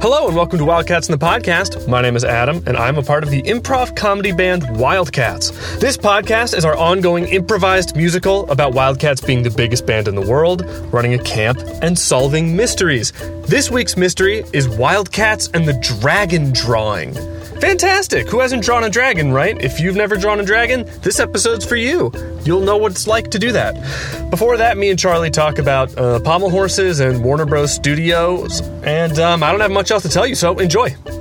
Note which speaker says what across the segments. Speaker 1: Hello and welcome to Wildcats in the Podcast. My name is Adam and I'm a part of the improv comedy band Wildcats. This podcast is our ongoing improvised musical about Wildcats being the biggest band in the world, running a camp, and solving mysteries. This week's mystery is Wildcats and the Dragon Drawing. Fantastic! Who hasn't drawn a dragon, right? If you've never drawn a dragon, this episode's for you. You'll know what it's like to do that. Before that, me and Charlie talk about uh, pommel horses and Warner Bros. Studios, and um, I don't have much else to tell you, so enjoy.
Speaker 2: Put your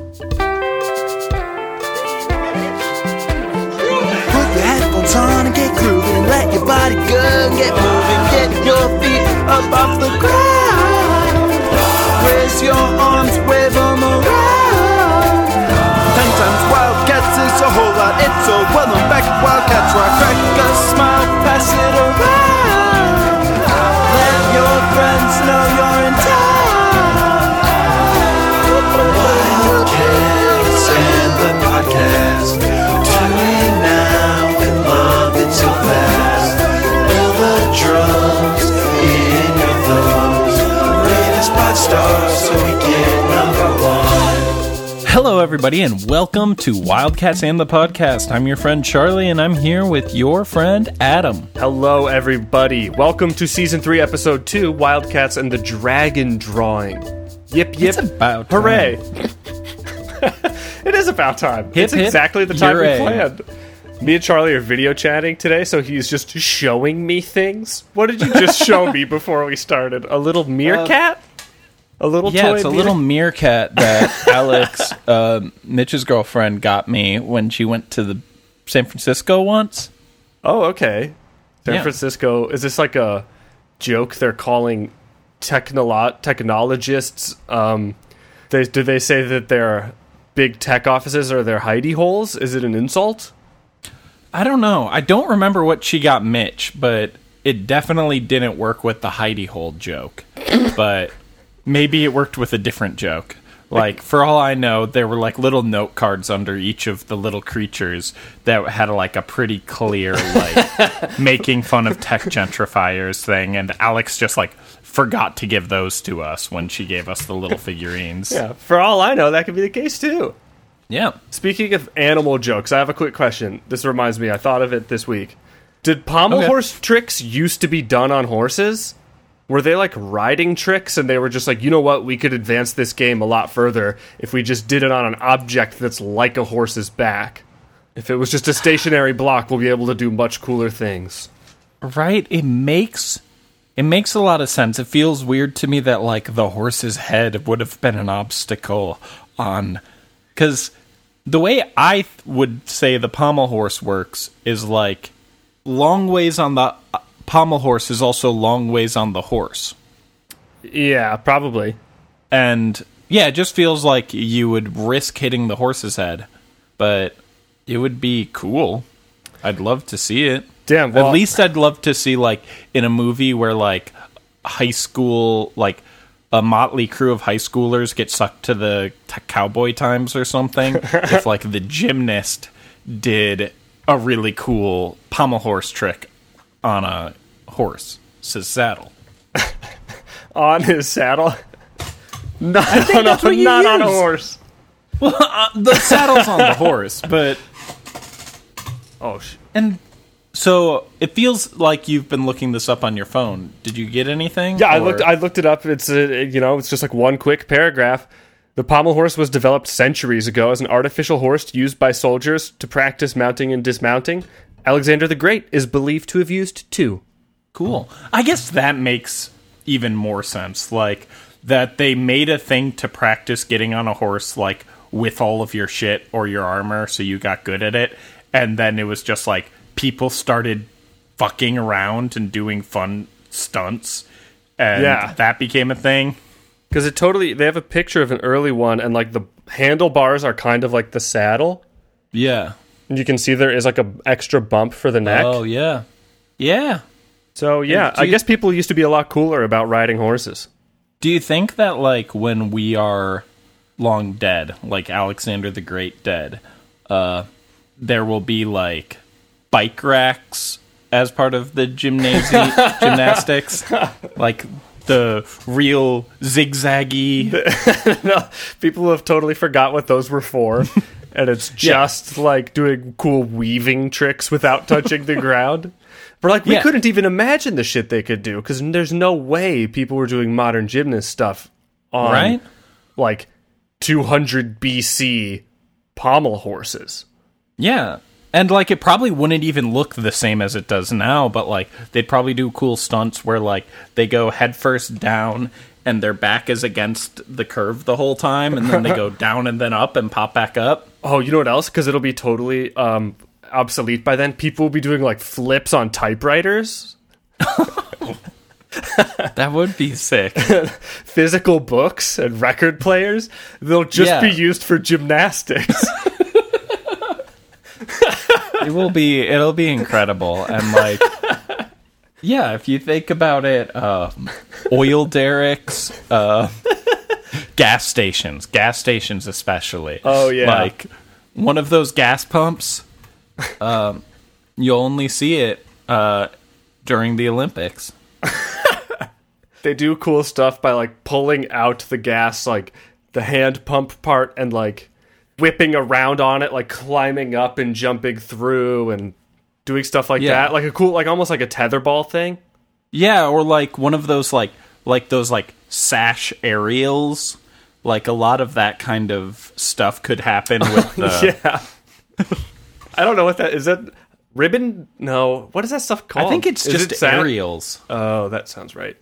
Speaker 2: headphones on and get grooving and let your body go and get moving. Get your feet up off the ground. Raise your arms, wave 'em around. Ten times Wildcats is a whole lot. It's a well known back. Wildcats rock, crack a smile, pass it around. Let your friends know you're in town. Wildcats and the podcast. Tune in now and love it so fast. Feel the drums in your thumbs. Rate us five stars so we get number one.
Speaker 3: Hello, everybody, and welcome to Wildcats and the Podcast. I'm your friend Charlie, and I'm here with your friend Adam.
Speaker 1: Hello, everybody. Welcome to Season 3, Episode 2 Wildcats and the Dragon Drawing. Yip,
Speaker 3: It's
Speaker 1: yip.
Speaker 3: about time.
Speaker 1: Hooray. it is about time. it's
Speaker 3: hip,
Speaker 1: exactly the time
Speaker 3: hooray.
Speaker 1: we planned. Me and Charlie are video chatting today, so he's just showing me things. What did you just show me before we started? A little meerkat? a little
Speaker 3: Yeah,
Speaker 1: toy
Speaker 3: it's a
Speaker 1: meer-
Speaker 3: little meerkat that Alex, uh, Mitch's girlfriend, got me when she went to the San Francisco once.
Speaker 1: Oh, okay. San
Speaker 3: Yeah.
Speaker 1: Francisco. Is this like a joke they're calling technolo- technologists? Um, they, do they say that they're big tech offices or they're hidey holes? Is it an insult?
Speaker 3: I don't know. I don't remember what she got Mitch, but it definitely didn't work with the Heidi hole joke. but maybe it worked with a different joke. Like for all I know, there were like little note cards under each of the little creatures that had like a pretty clear like making fun of tech gentrifiers thing, and Alex just like forgot to give those to us when she gave us the little figurines.
Speaker 1: Yeah. For all I know, that could be the case too.
Speaker 3: yeah.
Speaker 1: Speaking of animal jokes, I have a quick question. This reminds me, I thought of it this week. Did pommel
Speaker 3: Okay.
Speaker 1: horse tricks used to be done on horses? Were they like riding tricks and they were just like, you know what, we could advance this game a lot further if we just did it on an object that's like a horse's back? If it was just a stationary block, we'll be able to do much cooler things.
Speaker 3: right it makes it makes a lot of sense it feels weird to me that like the horse's head would have been an obstacle on because the way i th- would say the pommel horse works is like long ways on the uh, pommel horse is also long ways on the horse
Speaker 1: Yeah, probably.
Speaker 3: and yeah it just feels like you would risk hitting the horse's head but it would be cool i'd love to see it
Speaker 1: Damn, well-
Speaker 3: at least i'd love to see like in a movie where like high school like a motley crew of high schoolers get sucked to the t- cowboy times or something if like the gymnast did a really cool pommel horse trick on a horse saddle
Speaker 1: On his saddle? not on,
Speaker 3: that's
Speaker 1: a,
Speaker 3: what you
Speaker 1: not on a
Speaker 3: use.
Speaker 1: horse.
Speaker 3: the saddle's on the horse but
Speaker 1: Oh, sh-
Speaker 3: And so it feels like you've been looking this up on your phone. Did you get anything?
Speaker 1: Yeah, I
Speaker 3: Or-
Speaker 1: looked. I looked it up. It's a, you know, it's just like one quick paragraph. The pommel horse was developed centuries ago as an artificial horse used by soldiers to practice mounting and dismounting. Alexander the Great is believed to have used two.
Speaker 3: cool. I guess that makes even more sense. Like that they made a thing to practice getting on a horse, like with all of your shit or your armor, so you got good at it. And then it was just like people started fucking around and doing fun stunts, and
Speaker 1: Yeah.
Speaker 3: that became a thing.
Speaker 1: Because it totally, they have a picture of an early one, and like the handlebars are kind of like the saddle,
Speaker 3: Yeah. Oh,
Speaker 1: and you can see there is like a extra bump for the neck.
Speaker 3: yeah. Yeah.
Speaker 1: so yeah,
Speaker 3: do
Speaker 1: I
Speaker 3: you-
Speaker 1: guess people used to be a lot cooler about riding horses.
Speaker 3: Do you think that like when we are long dead, like Alexander the Great dead, uh there will be like bike racks as part of the gymnasi- gymnastics? Like the real zigzaggy.
Speaker 1: No, people have totally forgot what those were for. And it's just like doing cool weaving tricks without touching the ground. We're like, we
Speaker 3: Yeah.
Speaker 1: couldn't even imagine the shit they could do because there's no way people were doing modern gymnast stuff on
Speaker 3: Right?
Speaker 1: like 200 BC pommel horses.
Speaker 3: Yeah. And like it probably wouldn't even look the same as it does now, but like they'd probably do cool stunts where like they go headfirst down and their back is against the curve the whole time and then they go down and then up and pop back up.
Speaker 1: Oh, you know what else? Because it'll be totally um, obsolete by then. People will be doing like flips on typewriters,
Speaker 3: That would be sick.
Speaker 1: physical books, and record players. They'll just
Speaker 3: Yeah.
Speaker 1: be used for gymnastics.
Speaker 3: it will be it'll be incredible and like yeah if you think about it um, oil derricks uh, gas stations gas stations especially
Speaker 1: Oh, yeah.
Speaker 3: like one of those gas pumps um, you'll only see it uh, during the olympics
Speaker 1: they do cool stuff by like pulling out the gas, like the hand pump part, and like whipping around on it, like climbing up and jumping through and doing stuff like
Speaker 3: Yeah.
Speaker 1: that. Like a cool, like almost like a tetherball thing.
Speaker 3: Yeah, or like one of those like like those like sash aerials. Like a lot of that kind of stuff could happen with the
Speaker 1: yeah. I don't know what that is. That ribbon? No. What is that stuff called?
Speaker 3: I think it's
Speaker 1: Is
Speaker 3: just
Speaker 1: it sa-
Speaker 3: aerials.
Speaker 1: Oh, that sounds right.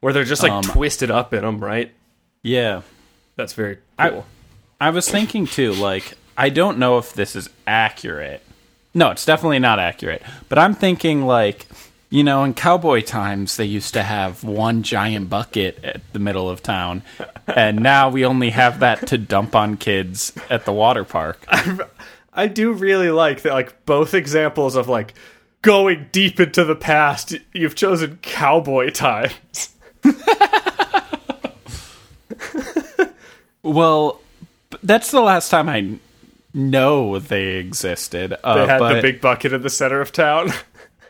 Speaker 1: Where they're just like
Speaker 3: Um,
Speaker 1: twisted up in them, right?
Speaker 3: Yeah.
Speaker 1: That's very
Speaker 3: I-
Speaker 1: cool.
Speaker 3: I was thinking too, like, I don't know if this is accurate. No, it's definitely not accurate. But I'm thinking, like, you know, in cowboy times, they used to have one giant bucket at the middle of town. And now we only have that to dump on kids at the water park.
Speaker 1: I, do really like that. Like both examples of like going deep into the past. You've chosen cowboy times.
Speaker 3: Well, b- that's the last time I kn- know they existed. Uh,
Speaker 1: They had
Speaker 3: but-
Speaker 1: the big bucket in the center of town.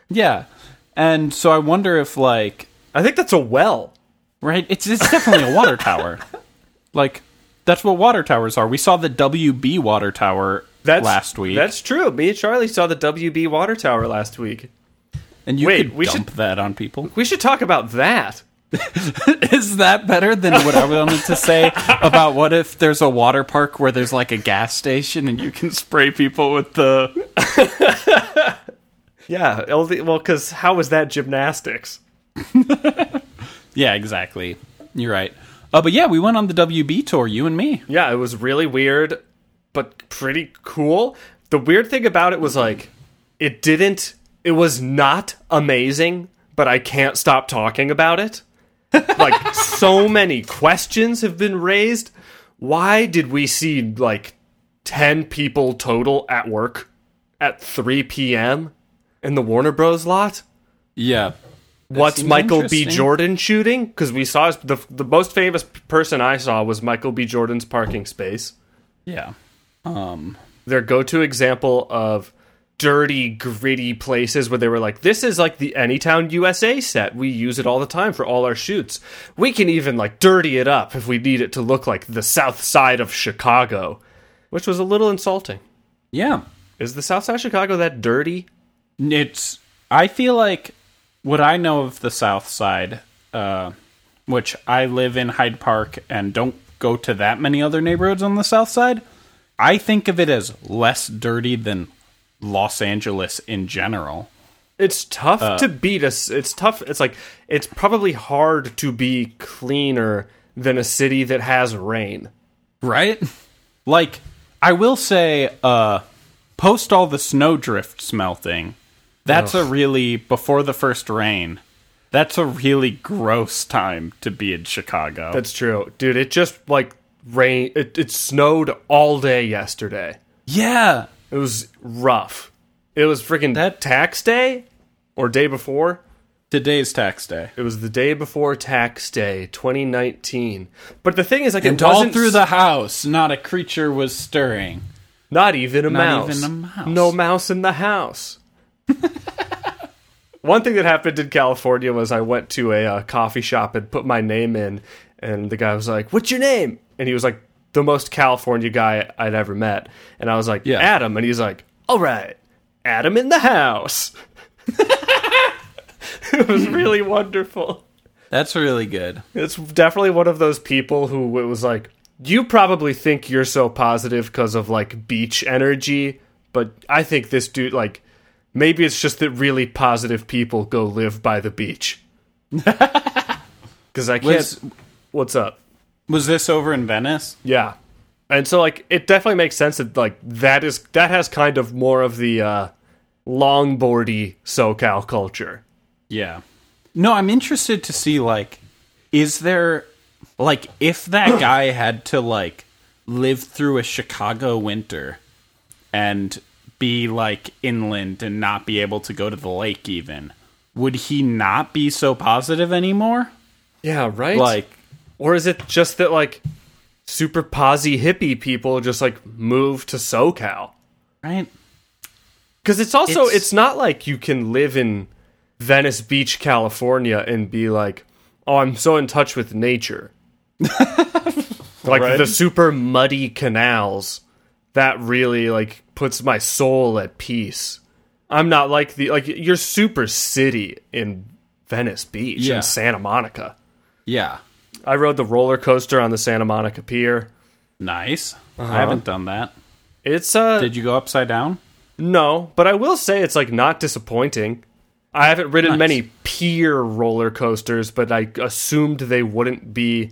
Speaker 3: Yeah. And so I wonder if, like,
Speaker 1: I think that's a well.
Speaker 3: Right? It's it's definitely a water tower. Like that's what water towers are. We saw the WB water tower
Speaker 1: That's
Speaker 3: last week.
Speaker 1: That's true. Me and Charlie saw the WB water tower last week.
Speaker 3: and you
Speaker 1: wait,
Speaker 3: could
Speaker 1: we
Speaker 3: dump that on people.
Speaker 1: We should talk about that.
Speaker 3: Is that better than what I wanted to say about what if there's a water park where there's like a gas station and you can spray people with the
Speaker 1: Yeah, LD, well, because how was that gymnastics?
Speaker 3: Yeah, exactly. You're right. Uh, but yeah, we went on the WB tour, you and me.
Speaker 1: Yeah, it was really weird, but pretty cool. The weird thing about it was like, it didn't, it was not amazing, but I can't stop talking about it. like, so many questions have been raised. Why did we see like 10 people total at work at 3 p.m. in the Warner Bros. lot?
Speaker 3: Yeah.
Speaker 1: What's
Speaker 3: seems
Speaker 1: Michael B.
Speaker 3: interesting.
Speaker 1: Jordan shooting? Because we saw his- the the most famous person I saw was Michael B. Jordan's parking space.
Speaker 3: Yeah. Um
Speaker 1: Their go-to example of dirty, gritty places where they were like, "This is like the Anytown USA set. We use it all the time for all our shoots. We can even like dirty it up if we need it to look like the South Side of Chicago," which was a little insulting.
Speaker 3: yeah.
Speaker 1: Is the South Side of Chicago that dirty?
Speaker 3: it's i feel like what i know of the south side uh, which i live in hyde park and don't go to that many other neighborhoods on the south side i think of it as less dirty than los angeles in general
Speaker 1: It's tough to beat us. It's tough. It's like it's probably hard to be cleaner than a city that has rain.
Speaker 3: right like i will say uh post all the snowdrifts melting that's a really before the first rain that's a really gross time to be in chicago
Speaker 1: That's true, dude. It just like rain. It, it snowed all day yesterday.
Speaker 3: yeah
Speaker 1: It was rough. It was freaking
Speaker 3: That-
Speaker 1: tax day or day before.
Speaker 3: today's tax day
Speaker 1: It was the day before tax day, 2019. But the thing is, like,
Speaker 3: And
Speaker 1: it
Speaker 3: all
Speaker 1: wasn't
Speaker 3: through
Speaker 1: s-
Speaker 3: the house, not a creature was stirring.
Speaker 1: not even a
Speaker 3: Not
Speaker 1: mouse.
Speaker 3: even a mouse.
Speaker 1: No mouse in the house. One thing that happened in California was I went to a uh, coffee shop and put my name in, and the guy was like, "What's your name?" And he was like, "The most California guy I'd ever met," and I was like,
Speaker 3: Yeah.
Speaker 1: "Adam," and he's like, "All right, Adam in the house." it was really wonderful.
Speaker 3: That's really good.
Speaker 1: It's definitely one of those people who it was like, you probably think you're so positive because of like beach energy, but I think this dude, like, maybe it's just that really positive people go live by the beach. Because I can't.
Speaker 3: Was
Speaker 1: what's up?
Speaker 3: was this over in Venice?
Speaker 1: Yeah. And so like it definitely makes sense that like that is that has kind of more of the uh longboardy SoCal culture.
Speaker 3: Yeah. No, I'm interested to see like is there like if that guy had to like live through a Chicago winter and be like inland and not be able to go to the lake even, would he not be so positive anymore?
Speaker 1: Yeah, right?
Speaker 3: Like
Speaker 1: Or is it just that like super posy hippie people just like move to SoCal?
Speaker 3: right?
Speaker 1: Because it's also it's,
Speaker 3: It's-
Speaker 1: not like you can live in Venice Beach, California, and be like, oh, I'm so in touch with nature. like
Speaker 3: Right.
Speaker 1: the super muddy canals that really like puts my soul at peace. I'm not like the like you're super city in Venice Beach
Speaker 3: Yeah.
Speaker 1: and Santa Monica.
Speaker 3: Yeah.
Speaker 1: I rode the roller coaster on the Santa Monica Pier.
Speaker 3: Nice. I haven't done that.
Speaker 1: It's uh
Speaker 3: Did you go upside down?
Speaker 1: no, but I will say it's like not disappointing. I haven't ridden
Speaker 3: Nice.
Speaker 1: many pier roller coasters, but I assumed they wouldn't be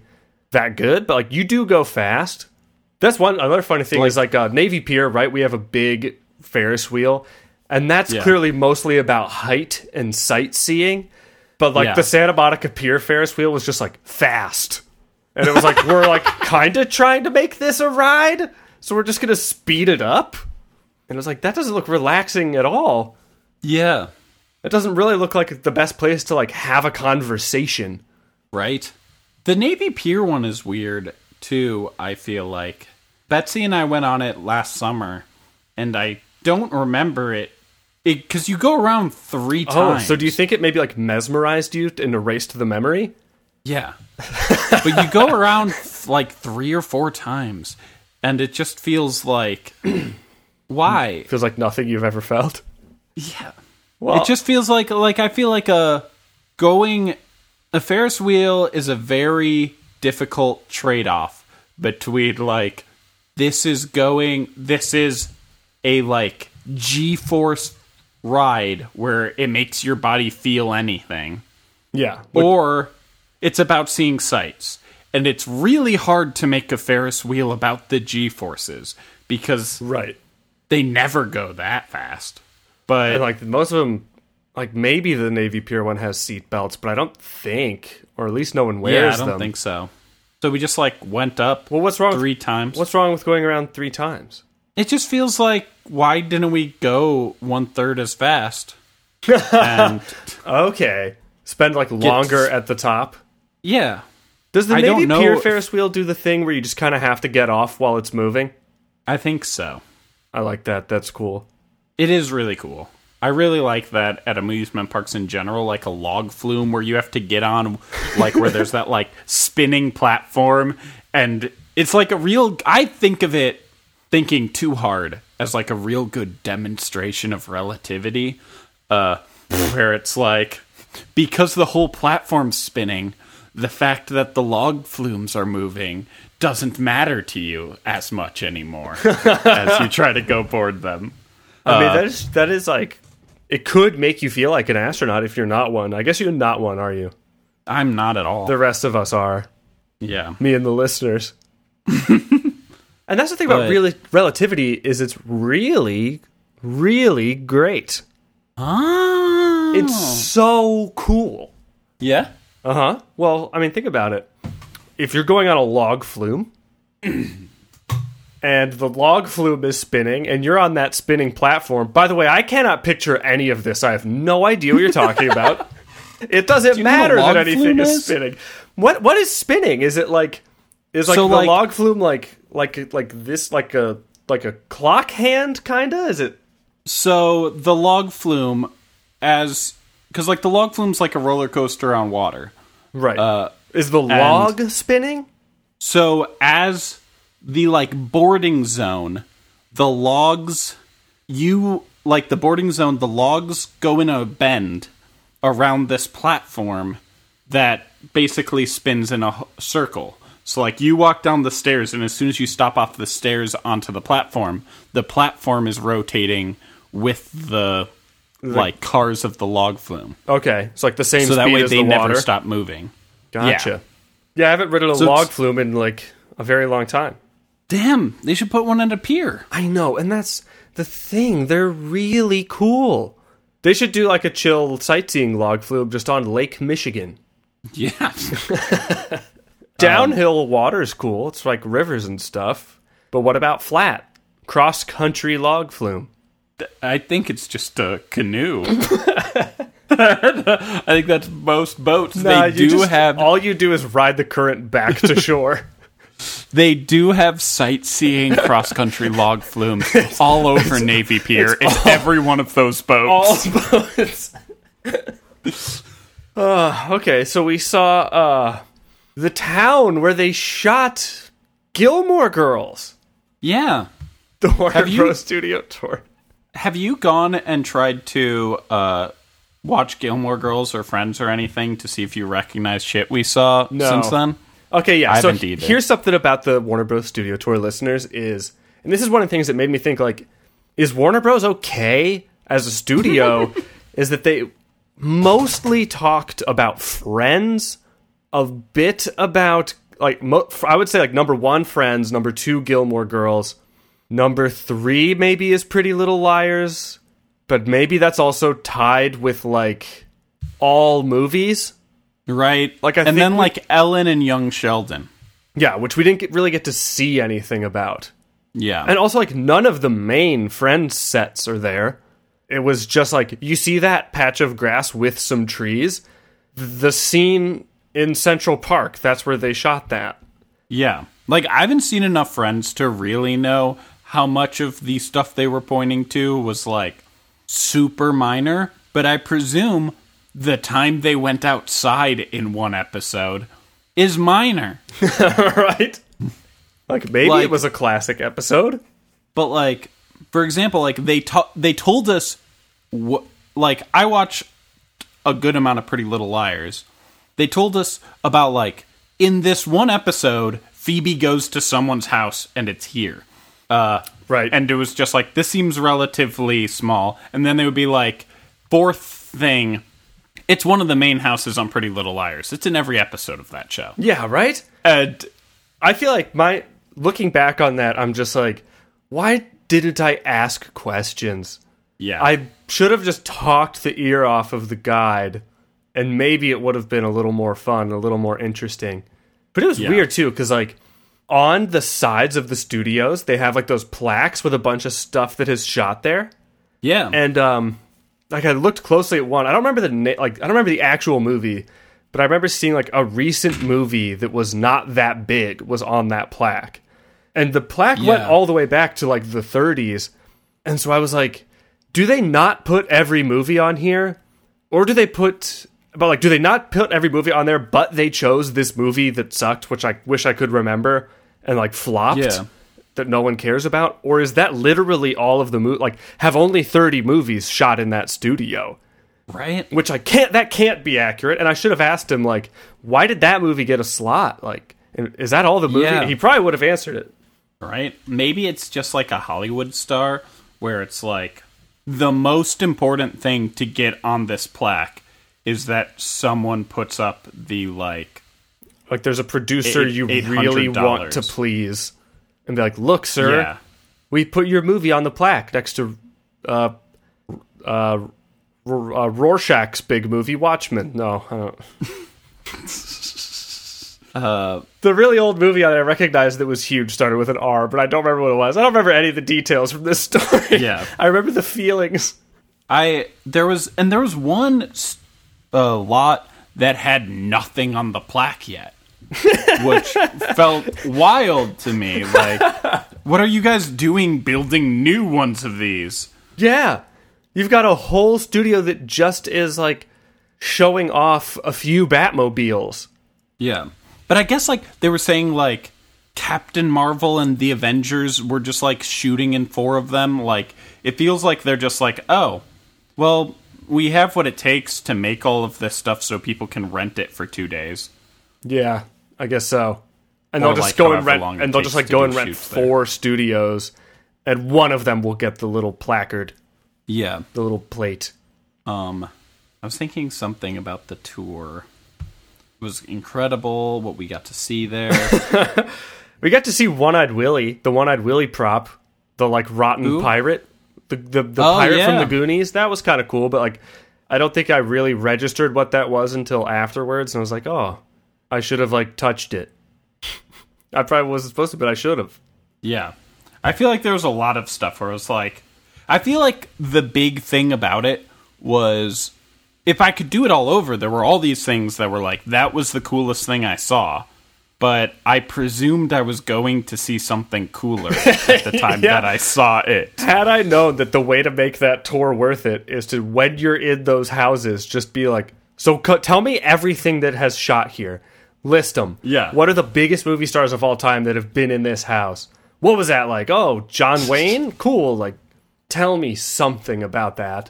Speaker 1: that good. But like you do go fast. That's one another funny thing is like uh, Navy Pier, right? We have a big Ferris wheel, and that's
Speaker 3: Yeah.
Speaker 1: clearly mostly about height and sightseeing. But like
Speaker 3: Yeah.
Speaker 1: the Santa Monica Pier Ferris wheel was just like fast. And it was like, we're like kind of trying to make this a ride, so we're just going to speed it up. And it was like, that doesn't look relaxing at all.
Speaker 3: Yeah.
Speaker 1: It doesn't really look like the best place to like have a conversation.
Speaker 3: Right. The Navy Pier one is weird too, I feel like. Betsy and I went on it last summer and I don't remember it because you go around three
Speaker 1: Oh,
Speaker 3: times.
Speaker 1: so do you think it maybe like mesmerized you and erased the memory?
Speaker 3: Yeah. but you go around th- like three or four times and it just feels like why?
Speaker 1: Feels like nothing you've ever felt.
Speaker 3: Yeah.
Speaker 1: Well,
Speaker 3: it just feels like like I feel like a going a Ferris wheel is a very difficult trade off between like this is going this is a like G force ride where it makes your body feel anything
Speaker 1: yeah.
Speaker 3: or it's about seeing sights. And it's really hard to make a Ferris wheel about the G forces because
Speaker 1: right.
Speaker 3: they never go that fast. But
Speaker 1: And like most of them, like maybe the Navy Pier one has seat belts, but I don't think, or at least no one wears
Speaker 3: Yeah, I don't
Speaker 1: them.
Speaker 3: think so. So we just like went up.
Speaker 1: Well, what's wrong?
Speaker 3: three
Speaker 1: with,
Speaker 3: times?
Speaker 1: What's wrong with going around three times?
Speaker 3: it just feels like why didn't we go one third as fast? and
Speaker 1: Okay, spend like longer at the top.
Speaker 3: yeah,
Speaker 1: Does the
Speaker 3: I
Speaker 1: Navy
Speaker 3: don't know
Speaker 1: Pier
Speaker 3: if-
Speaker 1: Ferris wheel do the thing where you just kind of have to get off while it's moving?
Speaker 3: I think so.
Speaker 1: I like that. That's cool.
Speaker 3: It is really cool. I really like that at amusement parks in general, like a log flume where you have to get on, like where there's that like spinning platform, and it's like a real. I think of it thinking too hard as like a real good demonstration of relativity, uh, where it's like because the whole platform's spinning, the fact that the log flumes are moving doesn't matter to you as much anymore as you try to go board them.
Speaker 1: I mean, that is that is like it could make you feel like an astronaut if you're not one. I guess you're not one, are you?
Speaker 3: I'm not at all.
Speaker 1: The rest of us are.
Speaker 3: yeah.
Speaker 1: me and the listeners. and that's the thing about
Speaker 3: But-
Speaker 1: really relativity is it's really, really great.
Speaker 3: Oh.
Speaker 1: It's so cool.
Speaker 3: yeah.
Speaker 1: Uh huh. Well, I mean, think about it. If you're going on a log flume, and the log flume is spinning, and you're on that spinning platform. By the way, I cannot picture any of this. I have no idea what you're talking about. It doesn't
Speaker 3: you know what
Speaker 1: matter that
Speaker 3: log
Speaker 1: anything
Speaker 3: flume
Speaker 1: is?
Speaker 3: is?
Speaker 1: spinning. What what is spinning? Is it like is like
Speaker 3: So,
Speaker 1: the
Speaker 3: like-
Speaker 1: log flume like like like this like a like a clock hand kinda? Is it
Speaker 3: So the log flume, as because like the log flume's like a roller coaster on water.
Speaker 1: Right. uh, is the log spinning?
Speaker 3: So as the like boarding zone, the logs you like the boarding zone, the logs go in a bend around this platform that basically spins in a h- circle. So like you walk down the stairs and as soon as you stop off the stairs onto the platform, the platform is rotating with the like cars of the log flume.
Speaker 1: Okay, it's like the same
Speaker 3: So that
Speaker 1: speed
Speaker 3: way
Speaker 1: as
Speaker 3: they
Speaker 1: the
Speaker 3: never
Speaker 1: water.
Speaker 3: stop moving.
Speaker 1: Gotcha.
Speaker 3: Yeah.
Speaker 1: Yeah. I haven't ridden a
Speaker 3: So
Speaker 1: log
Speaker 3: it's-
Speaker 1: flume in like a very long time.
Speaker 3: Damn, they should put one at a pier.
Speaker 1: I know, and that's the thing. They're really cool. They should do like a chill sightseeing log flume just on Lake Michigan.
Speaker 3: Yeah.
Speaker 1: Downhill water is cool. It's like rivers and stuff. But what about flat? Cross country log flume.
Speaker 3: I think it's just a canoe. I think that's most boats. they do have
Speaker 1: all you do is ride the current back to shore.
Speaker 3: they do have sightseeing cross country log flumes all over Navy Pier in every one of those
Speaker 1: all
Speaker 3: boats.
Speaker 1: boats. uh, okay, so we saw uh, the town where they shot Gilmore Girls,
Speaker 3: yeah.
Speaker 1: the Warner
Speaker 3: you-
Speaker 1: Bros. Studio tour.
Speaker 3: Have you gone and tried to uh, watch Gilmore Girls or Friends or anything to see if you recognize shit we saw since then?
Speaker 1: Okay, yeah.
Speaker 3: I
Speaker 1: so
Speaker 3: haven't either.
Speaker 1: here's something about the Warner Bros. Studio tour listeners is, and this is one of the things that made me think like, is Warner Bros. okay as a studio? is that they mostly talked about Friends, a bit about like mo- I would say like number one Friends, number two Gilmore Girls, number three maybe is Pretty Little Liars, but maybe that's also tied with like all movies.
Speaker 3: Right.
Speaker 1: Like, I
Speaker 3: and
Speaker 1: think
Speaker 3: then
Speaker 1: we-
Speaker 3: like Ellen and Young Sheldon.
Speaker 1: Yeah, which we didn't get, really get to see anything about.
Speaker 3: Yeah.
Speaker 1: And also, like, none of the main friend sets are there. It was just like, you see that patch of grass with some trees? The scene in Central Park, that's where they shot that.
Speaker 3: Yeah. Like, I haven't seen enough friends to really know how much of the stuff they were pointing to was like super minor, but I presume the time they went outside in one episode is minor.
Speaker 1: right? Like, maybe
Speaker 3: Like-
Speaker 1: it was a classic episode.
Speaker 3: But like, for example, like they ta- they told us what like I watch a good amount of Pretty Little Liars. They told us about like in this one episode, Phoebe goes to someone's house and it's here. Uh,
Speaker 1: Right.
Speaker 3: And it was just like this seems relatively small. And then they would be like fourth thing. It's one of the main houses on Pretty Little Liars. It's in every episode of that show.
Speaker 1: Yeah, right?
Speaker 3: And
Speaker 1: I feel like my looking back on that, I'm just like, why didn't I ask questions?
Speaker 3: yeah,
Speaker 1: I should have just talked the ear off of the guide, and maybe it would have been a little more fun, a little more interesting. But it was weird too, because like on the sides of the studios, they have like those plaques with a bunch of stuff that has shot there,
Speaker 3: yeah.
Speaker 1: and um, like I looked closely at one. I don't remember the na- like I don't remember the actual movie, but I remember seeing like a recent movie that was not that big was on that plaque, and the plaque went
Speaker 3: Yeah.
Speaker 1: all the way back to like the 30s, and so I was like, do they not put every movie on here, or do they put? But like, do they not put every movie on there? But they chose this movie that sucked, which I wish I could remember, and like flopped
Speaker 3: Yeah.
Speaker 1: that no one cares about, or is that literally all of the mo Like, have only thirty movies shot in that studio,
Speaker 3: right.
Speaker 1: which I can't. That can't be accurate. And I should have asked him, like, why did that movie get a slot? Like, is that all the movie?
Speaker 3: Yeah.
Speaker 1: He probably would have answered it.
Speaker 3: right? Maybe it's just like a Hollywood star where it's like the most important thing to get on this plaque is that someone puts up the like
Speaker 1: Like, there's a producer
Speaker 3: Eight-
Speaker 1: you
Speaker 3: $800.
Speaker 1: really want to please, and be like, look, sir,
Speaker 3: yeah.
Speaker 1: we put your movie on the plaque next to, uh, uh, R- uh Rorschach's big movie, Watchmen. No, I don't. the really old movie that I recognized that was huge started with an R, but I don't remember what it was. I don't remember any of the details from this story.
Speaker 3: Yeah.
Speaker 1: I remember the feelings.
Speaker 3: I there was and there was one s- uh, lot that had nothing on the plaque yet, which felt wild to me. Like, what are you guys doing building new ones of these?
Speaker 1: Yeah. You've got a whole studio that just is like showing off a few Batmobiles.
Speaker 3: Yeah. But I guess like they were saying like Captain Marvel and the Avengers were just like shooting in four of them. Like it feels like they're just like, oh, well, we have what it takes to make all of this stuff so people can rent it for two days.
Speaker 1: Yeah, I guess so. And they'll
Speaker 3: Or,
Speaker 1: just
Speaker 3: like,
Speaker 1: go and
Speaker 3: however
Speaker 1: rent,
Speaker 3: long it
Speaker 1: and they'll
Speaker 3: takes
Speaker 1: just like
Speaker 3: to
Speaker 1: go
Speaker 3: do
Speaker 1: and rent
Speaker 3: shoots there.
Speaker 1: four studios, and one of them will get the little placard,
Speaker 3: Yeah.
Speaker 1: the little plate.
Speaker 3: Um I was thinking something about the tour. It was incredible what we got to see there.
Speaker 1: We got to see One Eyed Willie, the One Eyed Willie prop, the like rotten pirate, the the, the
Speaker 3: Oh,
Speaker 1: pirate from
Speaker 3: yeah.
Speaker 1: the Goonies. That was kind of cool, but like I don't think I really registered what that was until afterwards, and I was like, oh, I should have like touched it. I probably wasn't supposed to, but I should have.
Speaker 3: Yeah. I feel like there was a lot of stuff where it was like I feel like the big thing about it was if I could do it all over, there were all these things that were like, that was the coolest thing I saw. But I presumed I was going to see something cooler at the time
Speaker 1: Yeah.
Speaker 3: that I saw it.
Speaker 1: Had I known that the way to make that tour worth it is to when you're in those houses, just be like, so co- tell me everything that has shot here. List them.
Speaker 3: Yeah.
Speaker 1: What are the biggest movie stars of all time that have been in this house? What was that like? Oh, John Wayne? Cool. Like, tell me something about that.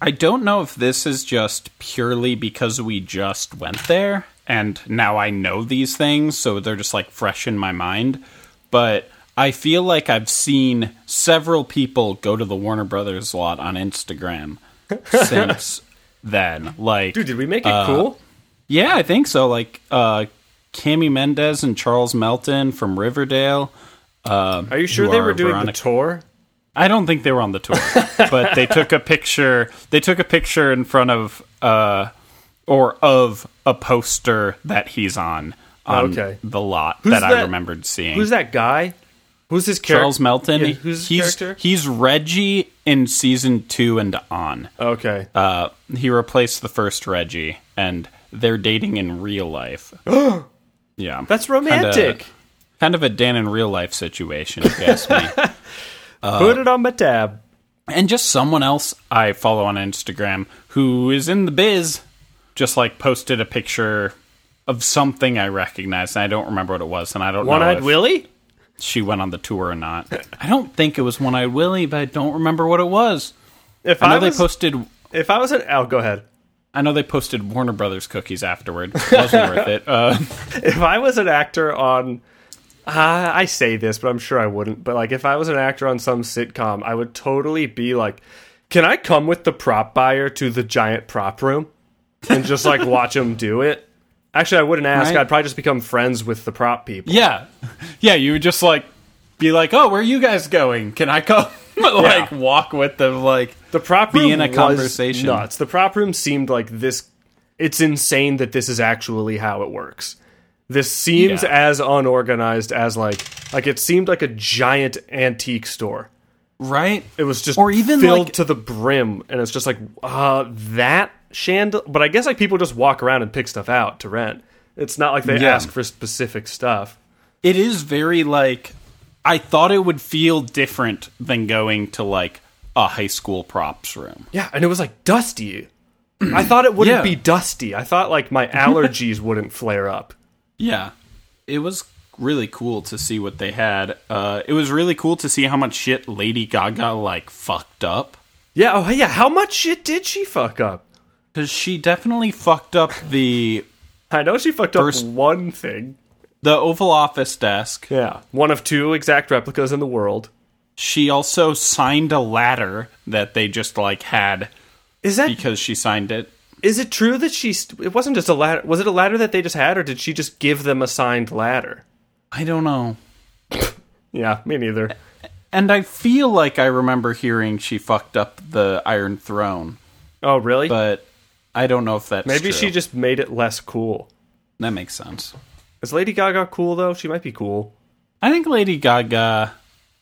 Speaker 3: I don't know if this is just purely because we just went there and now I know these things, so they're just like fresh in my mind. But I feel like I've seen several people go to the Warner Brothers lot on Instagram since then. Like, uh,
Speaker 1: Dude, did we make it cool?
Speaker 3: yeah, I think so. Like, uh, Cami Mendez and Charles Melton from Riverdale. Um,
Speaker 1: Are you sure
Speaker 3: who
Speaker 1: they were doing
Speaker 3: Veronica-
Speaker 1: the tour?
Speaker 3: I don't think they were on the tour, but they took a picture. They took a picture in front of uh, or of a poster that he's on on
Speaker 1: Okay.
Speaker 3: the lot
Speaker 1: Who's
Speaker 3: that, I
Speaker 1: that-
Speaker 3: remembered seeing.
Speaker 1: Who's that guy? Who's his character?
Speaker 3: Charles Melton.
Speaker 1: Yeah, who's his
Speaker 3: he's
Speaker 1: character?
Speaker 3: he's Reggie in season two and on.
Speaker 1: okay.
Speaker 3: Uh, he replaced the first Reggie, and they're dating in real life. yeah,
Speaker 1: That's romantic.
Speaker 3: Kind of a Dan in real life situation, if you ask me.
Speaker 1: Put it on my tab.
Speaker 3: and just someone else I follow on Instagram who is in the biz just like posted a picture of something I recognized and I don't remember what it was and I don't
Speaker 1: One
Speaker 3: know
Speaker 1: eyed
Speaker 3: if
Speaker 1: Willie?
Speaker 3: she went on the tour or not. I don't think it was One Eyed Willie, but I don't remember what it was.
Speaker 1: If
Speaker 3: I
Speaker 1: I,
Speaker 3: know
Speaker 1: was,
Speaker 3: they posted
Speaker 1: if I was an. Oh, go ahead.
Speaker 3: I know they posted Warner Brothers cookies afterward. It wasn't worth it. Uh,
Speaker 1: if I was an actor on, uh, I say this, but I'm sure I wouldn't. But like, if I was an actor on some sitcom, I would totally be like, "Can I come with the prop buyer to the giant prop room and just like watch him do it?" Actually, I wouldn't ask.
Speaker 3: Right.
Speaker 1: I'd probably just become friends with the prop people.
Speaker 3: yeah. Yeah, you would just like be like, "Oh, where are you guys going? Can I come?" like walk with them like
Speaker 1: The prop
Speaker 3: Be
Speaker 1: room
Speaker 3: in a
Speaker 1: was
Speaker 3: conversation.
Speaker 1: Nuts. The prop room seemed like this. It's insane that this is actually how it works. This seems
Speaker 3: Yeah.
Speaker 1: as unorganized as like like it seemed like a giant antique store.
Speaker 3: right?
Speaker 1: It was just
Speaker 3: Or even,
Speaker 1: filled
Speaker 3: like-
Speaker 1: to the brim, and it's just like uh, that chandel. But I guess like people just walk around and pick stuff out to rent. It's not like they
Speaker 3: Yeah.
Speaker 1: ask for specific stuff.
Speaker 3: it is very like I thought it would feel different than going to like a high school props room.
Speaker 1: Yeah, and it was like dusty. I thought it wouldn't
Speaker 3: Yeah.
Speaker 1: be dusty. I thought like my allergies wouldn't flare up.
Speaker 3: Yeah. It was really cool to see what they had. Uh it was really cool to see how much shit Lady Gaga like fucked up
Speaker 1: Yeah, oh yeah. How much shit did she fuck up?
Speaker 3: cuz she definitely fucked up the
Speaker 1: I know she fucked
Speaker 3: First-
Speaker 1: up one thing.
Speaker 3: the Oval Office desk.
Speaker 1: Yeah, one of two exact replicas in the world.
Speaker 3: She also signed a ladder that they just like had
Speaker 1: Is that is
Speaker 3: because she signed it.
Speaker 1: it true that she? St- it wasn't just a ladder. Was it a ladder that they just had, or did she just give them a signed ladder?
Speaker 3: I don't know.
Speaker 1: Yeah, me neither.
Speaker 3: And I feel like I remember hearing she fucked up the Iron Throne.
Speaker 1: Oh, really?
Speaker 3: but I don't know if that's
Speaker 1: Maybe
Speaker 3: true.
Speaker 1: she just made it less cool.
Speaker 3: that makes sense.
Speaker 1: Is Lady Gaga cool though? She might be cool.
Speaker 3: I think Lady Gaga.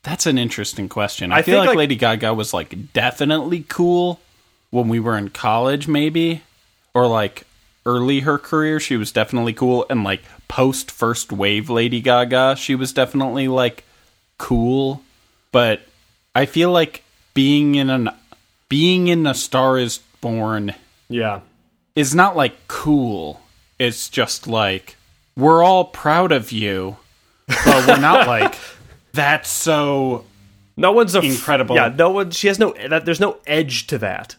Speaker 3: That's an interesting question. I,
Speaker 1: I
Speaker 3: feel
Speaker 1: think,
Speaker 3: like,
Speaker 1: like-
Speaker 3: Lady Gaga was like definitely cool when we were in college, maybe, or like early her career. She was definitely cool, and like post first wave Lady Gaga, she was definitely like cool. But I feel like being in an being in a Star Is Born
Speaker 1: Yeah.
Speaker 3: is not like cool. It's just like we're all proud of you, but we're not like that's so.
Speaker 1: No one's a f-
Speaker 3: Incredible.
Speaker 1: yeah, no one. She has no. That, there's no edge to that.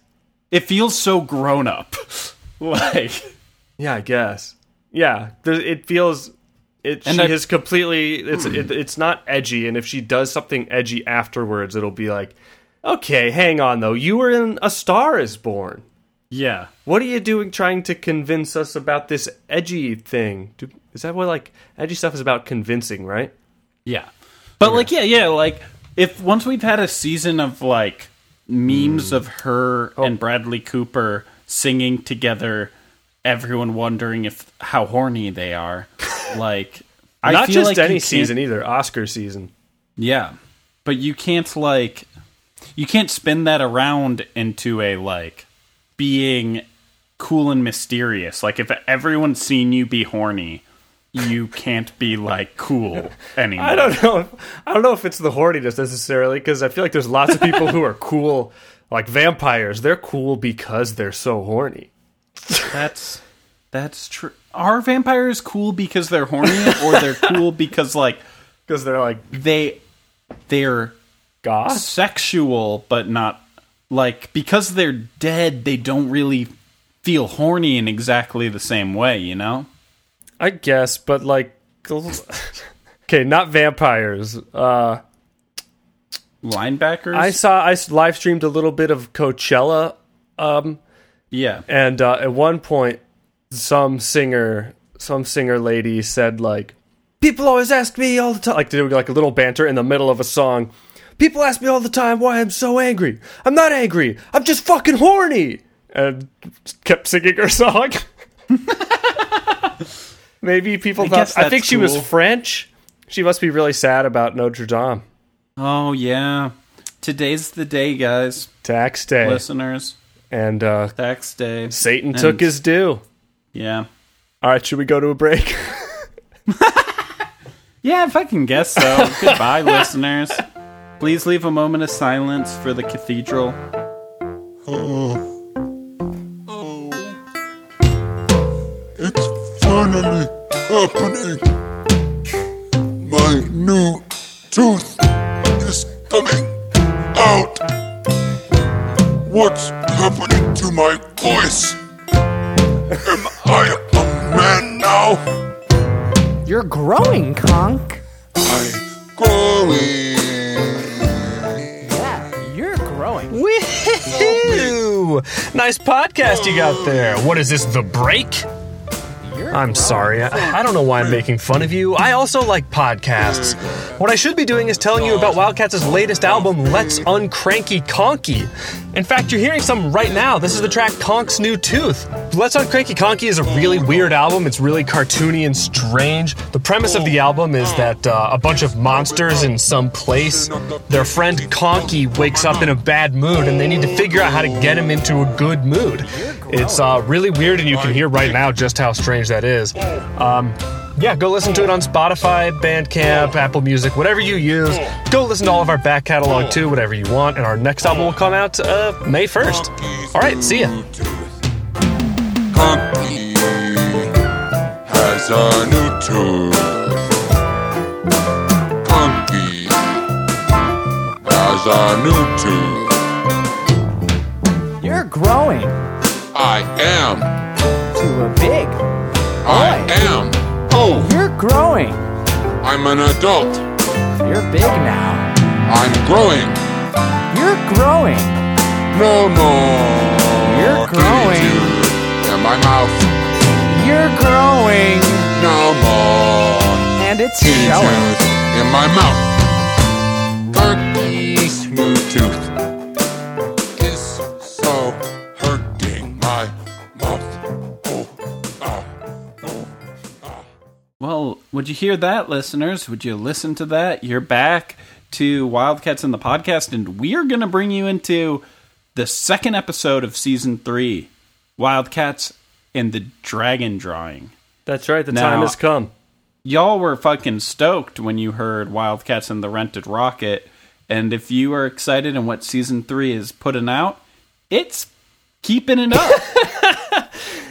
Speaker 3: It feels so grown up. like
Speaker 1: Yeah, I guess. Yeah, there, it feels. It
Speaker 3: And
Speaker 1: she
Speaker 3: I-
Speaker 1: is completely. It's it, it's not edgy, and if she does something edgy afterwards, it'll be like, okay, hang on though. You were in A Star Is Born.
Speaker 3: yeah,
Speaker 1: What are you doing trying to convince us about this edgy thing? Do, is that what like edgy stuff is about convincing, right?
Speaker 3: yeah. But like yeah, yeah. Like if once we've had a season of like memes
Speaker 1: Hmm.
Speaker 3: of her
Speaker 1: Oh.
Speaker 3: and Bradley Cooper singing together, everyone wondering if how horny they are. Like I
Speaker 1: Not
Speaker 3: feel
Speaker 1: just
Speaker 3: like you
Speaker 1: any
Speaker 3: can't-
Speaker 1: season either. Oscar season.
Speaker 3: Yeah. But you can't like you can't spin that around into a like being cool and mysterious. Like if everyone's seen you be horny, you can't be like cool anymore.
Speaker 1: I don't know. If, I don't know if it's the horniness necessarily, because I feel like there's lots of people who are cool, like vampires. They're cool because they're so horny.
Speaker 3: That's that's true. Are vampires cool because they're horny or they're cool because like
Speaker 1: Because they're like
Speaker 3: they they're
Speaker 1: goth.
Speaker 3: sexual but not like because they're dead they don't really feel horny in exactly the same way, you know?
Speaker 1: I guess, but like, okay, not vampires. Uh,
Speaker 3: linebackers.
Speaker 1: I saw I live streamed a little bit of Coachella, um,
Speaker 3: yeah,
Speaker 1: and uh, at one point, some singer, some singer lady said like, "People always ask me all the time." Like, they were like a little banter in the middle of a song. People ask me all the time why I'm so angry. I'm not angry. I'm just fucking horny. And just kept singing her song. Maybe people
Speaker 3: guess
Speaker 1: thought. I
Speaker 3: that's
Speaker 1: think she was
Speaker 3: cool.
Speaker 1: French. She must be really sad about Notre Dame.
Speaker 3: Oh yeah. Today's the day, guys,
Speaker 1: Tax day
Speaker 3: listeners.
Speaker 1: and uh,
Speaker 3: Tax day.
Speaker 1: Satan
Speaker 3: And-
Speaker 1: took his due.
Speaker 3: Yeah.
Speaker 1: All right, should we go to a break?
Speaker 3: Yeah, if I can guess so. Goodbye, listeners. Please leave a moment of silence for the cathedral.
Speaker 4: It's finally happening. My new tooth is coming out. What's happening to my voice? Am I a man now?
Speaker 5: You're growing, Conk.
Speaker 4: I'm growing.
Speaker 5: Yeah, you're growing.
Speaker 1: Woohoo! Nice podcast you got there. What is this, The Break? I'm sorry. I, I don't know why I'm making fun of you. I also like podcasts. What I should be doing is telling you about Wildcats' latest album, Let's Uncranky Conky. In fact, you're hearing some right now. This is the track Conk's New Tooth. Let's Uncranky Conky is a really weird album. It's really cartoony and strange. The premise of the album is that uh, a bunch of monsters in some place, their friend Conky wakes up in a bad mood and they need to figure out how to get him into a good mood. It's uh, really weird, and you can hear right now just how strange that is. Um, yeah, go listen to it on Spotify, Bandcamp, Apple Music, whatever you use. Go listen to all of our back catalog too, whatever you want, and our next album will come out uh, May 1st. All right, see ya.
Speaker 4: Conky has a new tooth. Conky has a new tooth.
Speaker 5: You're growing to
Speaker 4: I am.
Speaker 5: a big.
Speaker 4: I am. Oh,
Speaker 5: You're growing.
Speaker 4: I'm an adult.
Speaker 5: You're big now.
Speaker 4: I'm growing.
Speaker 5: You're growing.
Speaker 4: No more.
Speaker 5: You're growing.
Speaker 4: tooth In my mouth.
Speaker 5: You're growing.
Speaker 4: No more.
Speaker 5: And it's
Speaker 4: Teeny
Speaker 5: showing.
Speaker 4: tooth in my mouth. Turkey's new tooth is so hurting my mouth. Oh, ah, oh, ah.
Speaker 3: Well, would you hear that, listeners? Would you listen to that? You're back to Wildcats in the podcast, and we are going to bring you into the second episode of season three Wildcats and the Dragon Drawing.
Speaker 1: That's right, the
Speaker 3: time has
Speaker 1: come.
Speaker 3: y'all were fucking stoked when you heard Wildcats and the Rented Rocket. And if you are excited in what season three is putting out, it's keeping it up.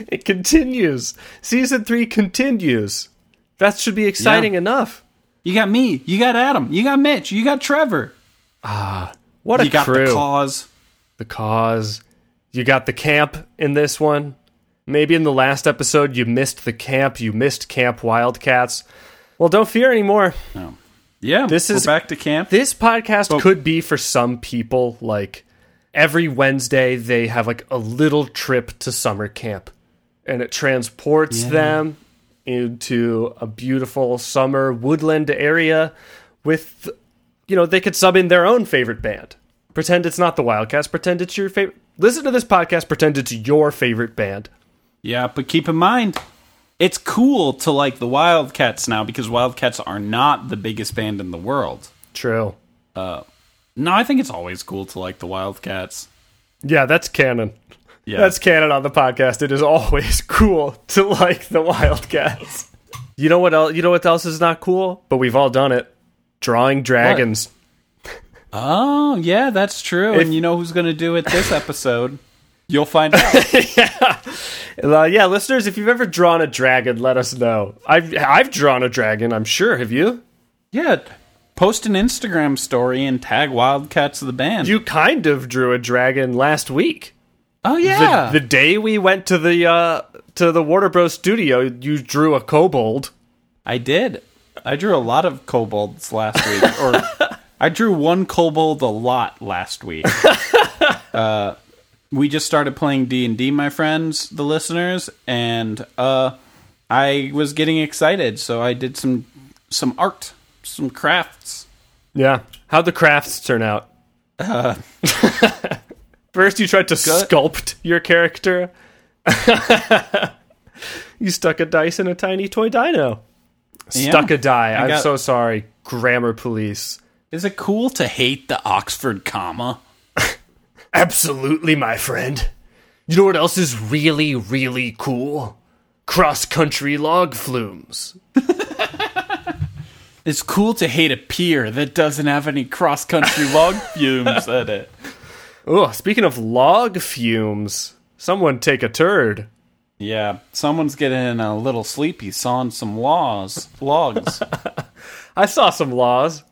Speaker 1: It continues. Season three continues. That should be exciting
Speaker 3: Yeah.
Speaker 1: enough.
Speaker 3: You got me. You got Adam. You got Mitch. You got Trevor.
Speaker 1: Ah, What a
Speaker 3: you got
Speaker 1: crew.
Speaker 3: the cause.
Speaker 1: the cause. You got the camp in this one. Maybe in the last episode you missed the camp. You missed Camp Wildcats. Well, don't fear anymore.
Speaker 3: Yeah,
Speaker 1: This
Speaker 3: we're
Speaker 1: is-
Speaker 3: back to camp.
Speaker 1: This podcast
Speaker 3: But-
Speaker 1: could be for some people like every Wednesday they have like a little trip to summer camp and it transports them into a beautiful summer woodland area with you know they could sub in their own favorite band. Pretend it's not the Wildcats, pretend it's your favorite Listen to this podcast, pretend it's your favorite band.
Speaker 3: Yeah, but keep in mind, it's cool to like the Wildcats now because Wildcats are not the biggest band in the world.
Speaker 1: True.
Speaker 3: No, I think it's always cool to like the Wildcats.
Speaker 1: Yeah, that's canon.
Speaker 3: Yeah,
Speaker 1: That's canon on the podcast. It is always cool to like the Wildcats. You know what else? You know what else is not cool? But we've all done it. Drawing dragons.
Speaker 3: oh yeah, that's true.
Speaker 1: If-
Speaker 3: and you know who's going to do it this episode? You'll find out.
Speaker 1: Uh, yeah, listeners, if you've ever drawn a dragon, let us know. I've I've drawn a dragon. I'm sure. Have you?
Speaker 3: yeah, post an Instagram story and tag Wildcats of the band.
Speaker 1: You kind of drew a dragon last week.
Speaker 3: oh
Speaker 1: The-
Speaker 3: yeah,
Speaker 1: The, day we went to the uh, to the Warner Bros. studio, you drew a kobold.
Speaker 3: I did. I drew a lot of kobolds last week, or I drew one kobold a lot last week. uh, we just started playing D and D, my friends, the listeners, and uh, I was getting excited, so I did some some art, some crafts.
Speaker 1: Yeah. How'd the crafts turn out? First, you tried to sculpt your character. you stuck a dice in a tiny toy dino. Stuck a die. I'm
Speaker 3: got-
Speaker 1: so sorry. Grammar police.
Speaker 3: Is it cool to hate the Oxford comma?
Speaker 1: Absolutely, my friend. You know what else is really, really cool? Cross country log flumes.
Speaker 3: It's cool to hate a pier that doesn't have any cross country log fumes in it.
Speaker 1: Oh, speaking of log fumes, someone take a turd.
Speaker 3: Yeah, someone's getting a little sleepy sawing some laws logs.
Speaker 1: I saw some laws.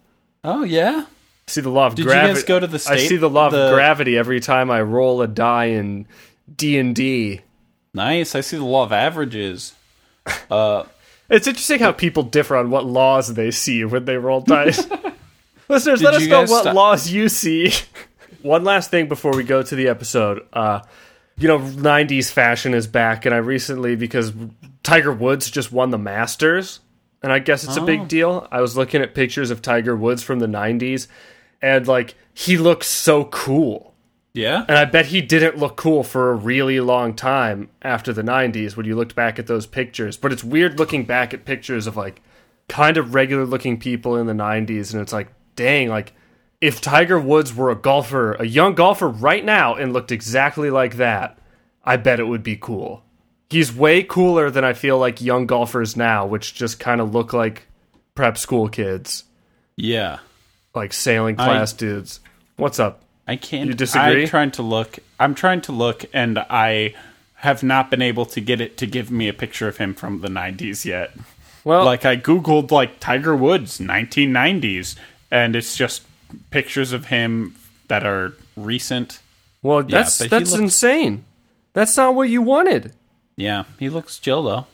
Speaker 3: oh yeah,
Speaker 1: see the law of
Speaker 3: you
Speaker 1: gravity.
Speaker 3: guys go to the
Speaker 1: I
Speaker 3: state-
Speaker 1: see the law of
Speaker 3: the-
Speaker 1: gravity every time I roll a die in D and D.
Speaker 3: nice. I see the law of averages.
Speaker 1: It's interesting how people differ on what laws they see when they roll dice. Listeners, let
Speaker 3: Did
Speaker 1: us
Speaker 3: you
Speaker 1: know
Speaker 3: guys
Speaker 1: what
Speaker 3: stop-
Speaker 1: laws you see. One last thing before we go to the episode. Uh, you know, 90s fashion is back, and I recently, because Tiger Woods just won the Masters, and I guess it's a
Speaker 3: Oh.
Speaker 1: big deal. I was looking at pictures of Tiger Woods from the 90s, and like, he looks so cool.
Speaker 3: Yeah,
Speaker 1: And I bet he didn't look cool for a really long time after the 90s when you looked back at those pictures. But it's weird looking back at pictures of like kind of regular looking people in the 90s. And it's like, dang, like if Tiger Woods were a golfer, a young golfer right now and looked exactly like that, I bet it would be cool. He's way cooler than I feel like young golfers now, which just kind of look like prep school kids,
Speaker 3: yeah.
Speaker 1: like sailing class dudes. What's up?
Speaker 3: I can't.
Speaker 1: You disagree?
Speaker 3: I'm trying to look. I'm trying to look, and I have not been able to get it to give me a picture of him from the '90s yet.
Speaker 1: Well,
Speaker 3: Like I googled like Tiger Woods 1990s, and it's just pictures of him that are recent.
Speaker 1: Well, that's
Speaker 3: but he
Speaker 1: that's
Speaker 3: looked-
Speaker 1: insane. That's not what you wanted.
Speaker 3: Yeah, he looks chill though.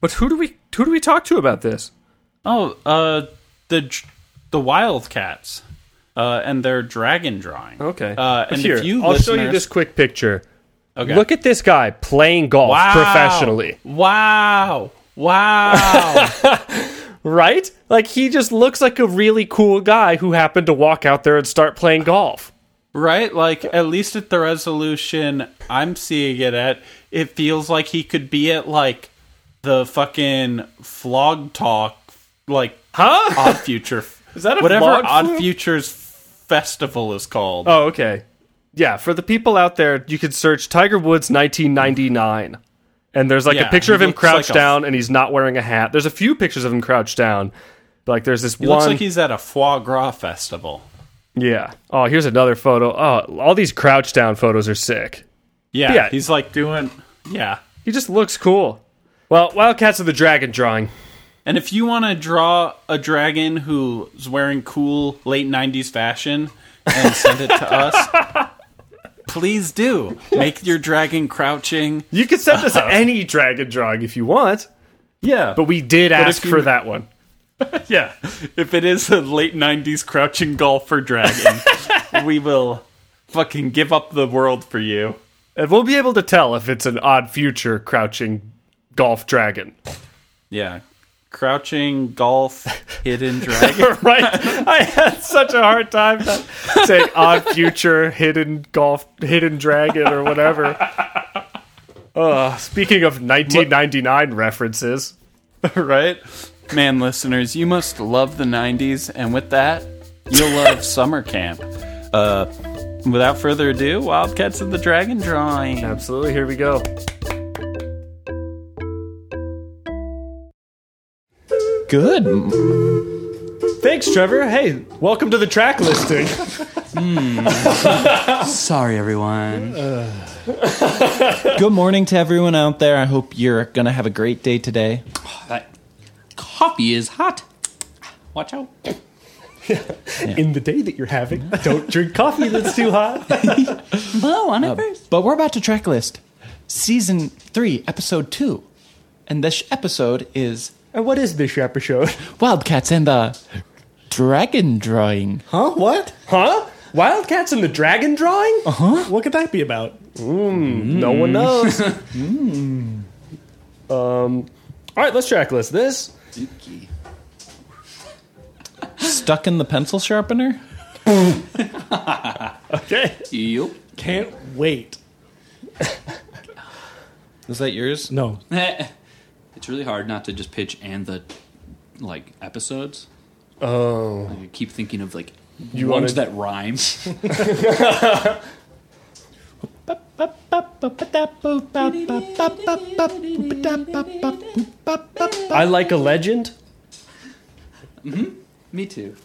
Speaker 1: But who do we who do we talk to about this?
Speaker 3: Oh, uh, the the Wildcats, uh, and their dragon drawing.
Speaker 1: Okay.
Speaker 3: Uh, and
Speaker 1: Here,
Speaker 3: if you
Speaker 1: I'll
Speaker 3: listeners,
Speaker 1: show you this quick picture.
Speaker 3: Okay.
Speaker 1: Look at this guy playing golf
Speaker 3: Wow.
Speaker 1: professionally,
Speaker 3: Wow. Wow.
Speaker 1: right? Like he just looks like a really cool guy who happened to walk out there and start playing golf.
Speaker 3: right? Like at least at the resolution I'm seeing it at, it feels like he could be at like the fucking flog talk, like
Speaker 1: Huh?
Speaker 3: Odd Future.
Speaker 1: Is that a
Speaker 3: whatever
Speaker 1: flog
Speaker 3: Odd
Speaker 1: flu?
Speaker 3: Futures festival is called?
Speaker 1: Oh, okay. Yeah, for the people out there, you could search Tiger Woods 1999. And there's like
Speaker 3: Yeah,
Speaker 1: a picture of
Speaker 3: he
Speaker 1: him
Speaker 3: looks like
Speaker 1: crouched
Speaker 3: a-
Speaker 1: down and he's not wearing a hat. There's a few pictures of him crouched down. Like there's this
Speaker 3: He
Speaker 1: one
Speaker 3: looks like he's at a foie gras festival.
Speaker 1: Yeah. Oh, here's another photo. Oh, all these crouch down photos are sick.
Speaker 3: Yeah,
Speaker 1: Yeah.
Speaker 3: he's like doing yeah.
Speaker 1: He just looks cool. Well, Wildcats of the Dragon drawing.
Speaker 3: And if you want to draw a dragon who's wearing cool late 90s fashion and send it to us, please do. Make your dragon crouching.
Speaker 1: You can send us any dragon drawing if you want,
Speaker 3: Yeah.
Speaker 1: but we did ask
Speaker 3: if you-
Speaker 1: for that one.
Speaker 3: yeah, if it is a late 90s crouching golfer dragon, we will fucking give up the world for you.
Speaker 1: And we'll be able to tell if it's an odd future crouching golf dragon.
Speaker 3: Yeah. Crouching golf hidden dragon.
Speaker 1: right? I had such a hard time not saying odd future, hidden golf, hidden dragon, or whatever. Uh, speaking of 1999 references,
Speaker 3: right? Man, listeners, you must love the 90s, and with that, you'll love summer camp. Uh, without further ado, Wildcats of the Dragon Drawing.
Speaker 1: absolutely, here we go.
Speaker 3: Good. m-
Speaker 1: Thanks, Trevor. Hey, welcome to the track listing.
Speaker 6: Sorry, everyone.
Speaker 7: Good morning to everyone out there. I hope you're going to have a great day today.
Speaker 6: That coffee is hot. Watch out.
Speaker 1: In the day that you're having, don't drink coffee that's too hot.
Speaker 6: Blow on it first.
Speaker 7: But we're about to track list season three, episode two. And this episode is
Speaker 1: what is this episode?
Speaker 7: Wildcats and the Dragon Drawing.
Speaker 8: Huh? What? Uh-huh.
Speaker 1: Huh? Wildcats and the dragon drawing?
Speaker 8: What could that be about? Mm.
Speaker 1: No one knows. um, all right, let's track list this.
Speaker 7: Stuck in the pencil sharpener?
Speaker 1: Okay.
Speaker 6: Yup.
Speaker 8: Can't wait.
Speaker 7: Is that yours?
Speaker 8: No.
Speaker 6: it's really hard not to just pitch and the like episodes. Oh, I keep thinking of like ones
Speaker 1: wanna-
Speaker 6: that rhymes.
Speaker 1: I like a legend.
Speaker 6: Me too.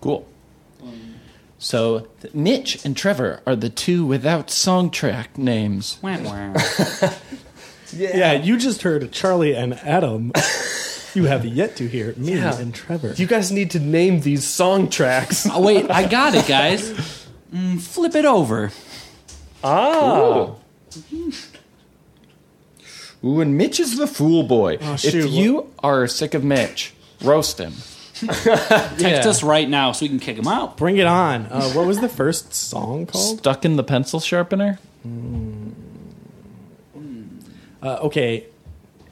Speaker 7: Cool. So, th- Mitch and Trevor are the two without song track names.
Speaker 6: Wah, wah.
Speaker 8: Yeah, you just heard Charlie and Adam. you have yet to hear me
Speaker 1: Yeah.
Speaker 8: and Trevor.
Speaker 1: You guys need to name these song tracks.
Speaker 6: oh wait, I got it, guys. Mm, flip it over.
Speaker 1: Ah.
Speaker 7: Ooh, and Mitch is the fool boy.
Speaker 1: Oh,
Speaker 8: shoot.
Speaker 7: If you are sick of Mitch, roast him.
Speaker 6: Text us right now so we can kick him out.
Speaker 8: Bring it on. Uh, what was the first song
Speaker 1: Oh.
Speaker 8: called?
Speaker 7: Stuck in the pencil sharpener?
Speaker 8: Uh, okay,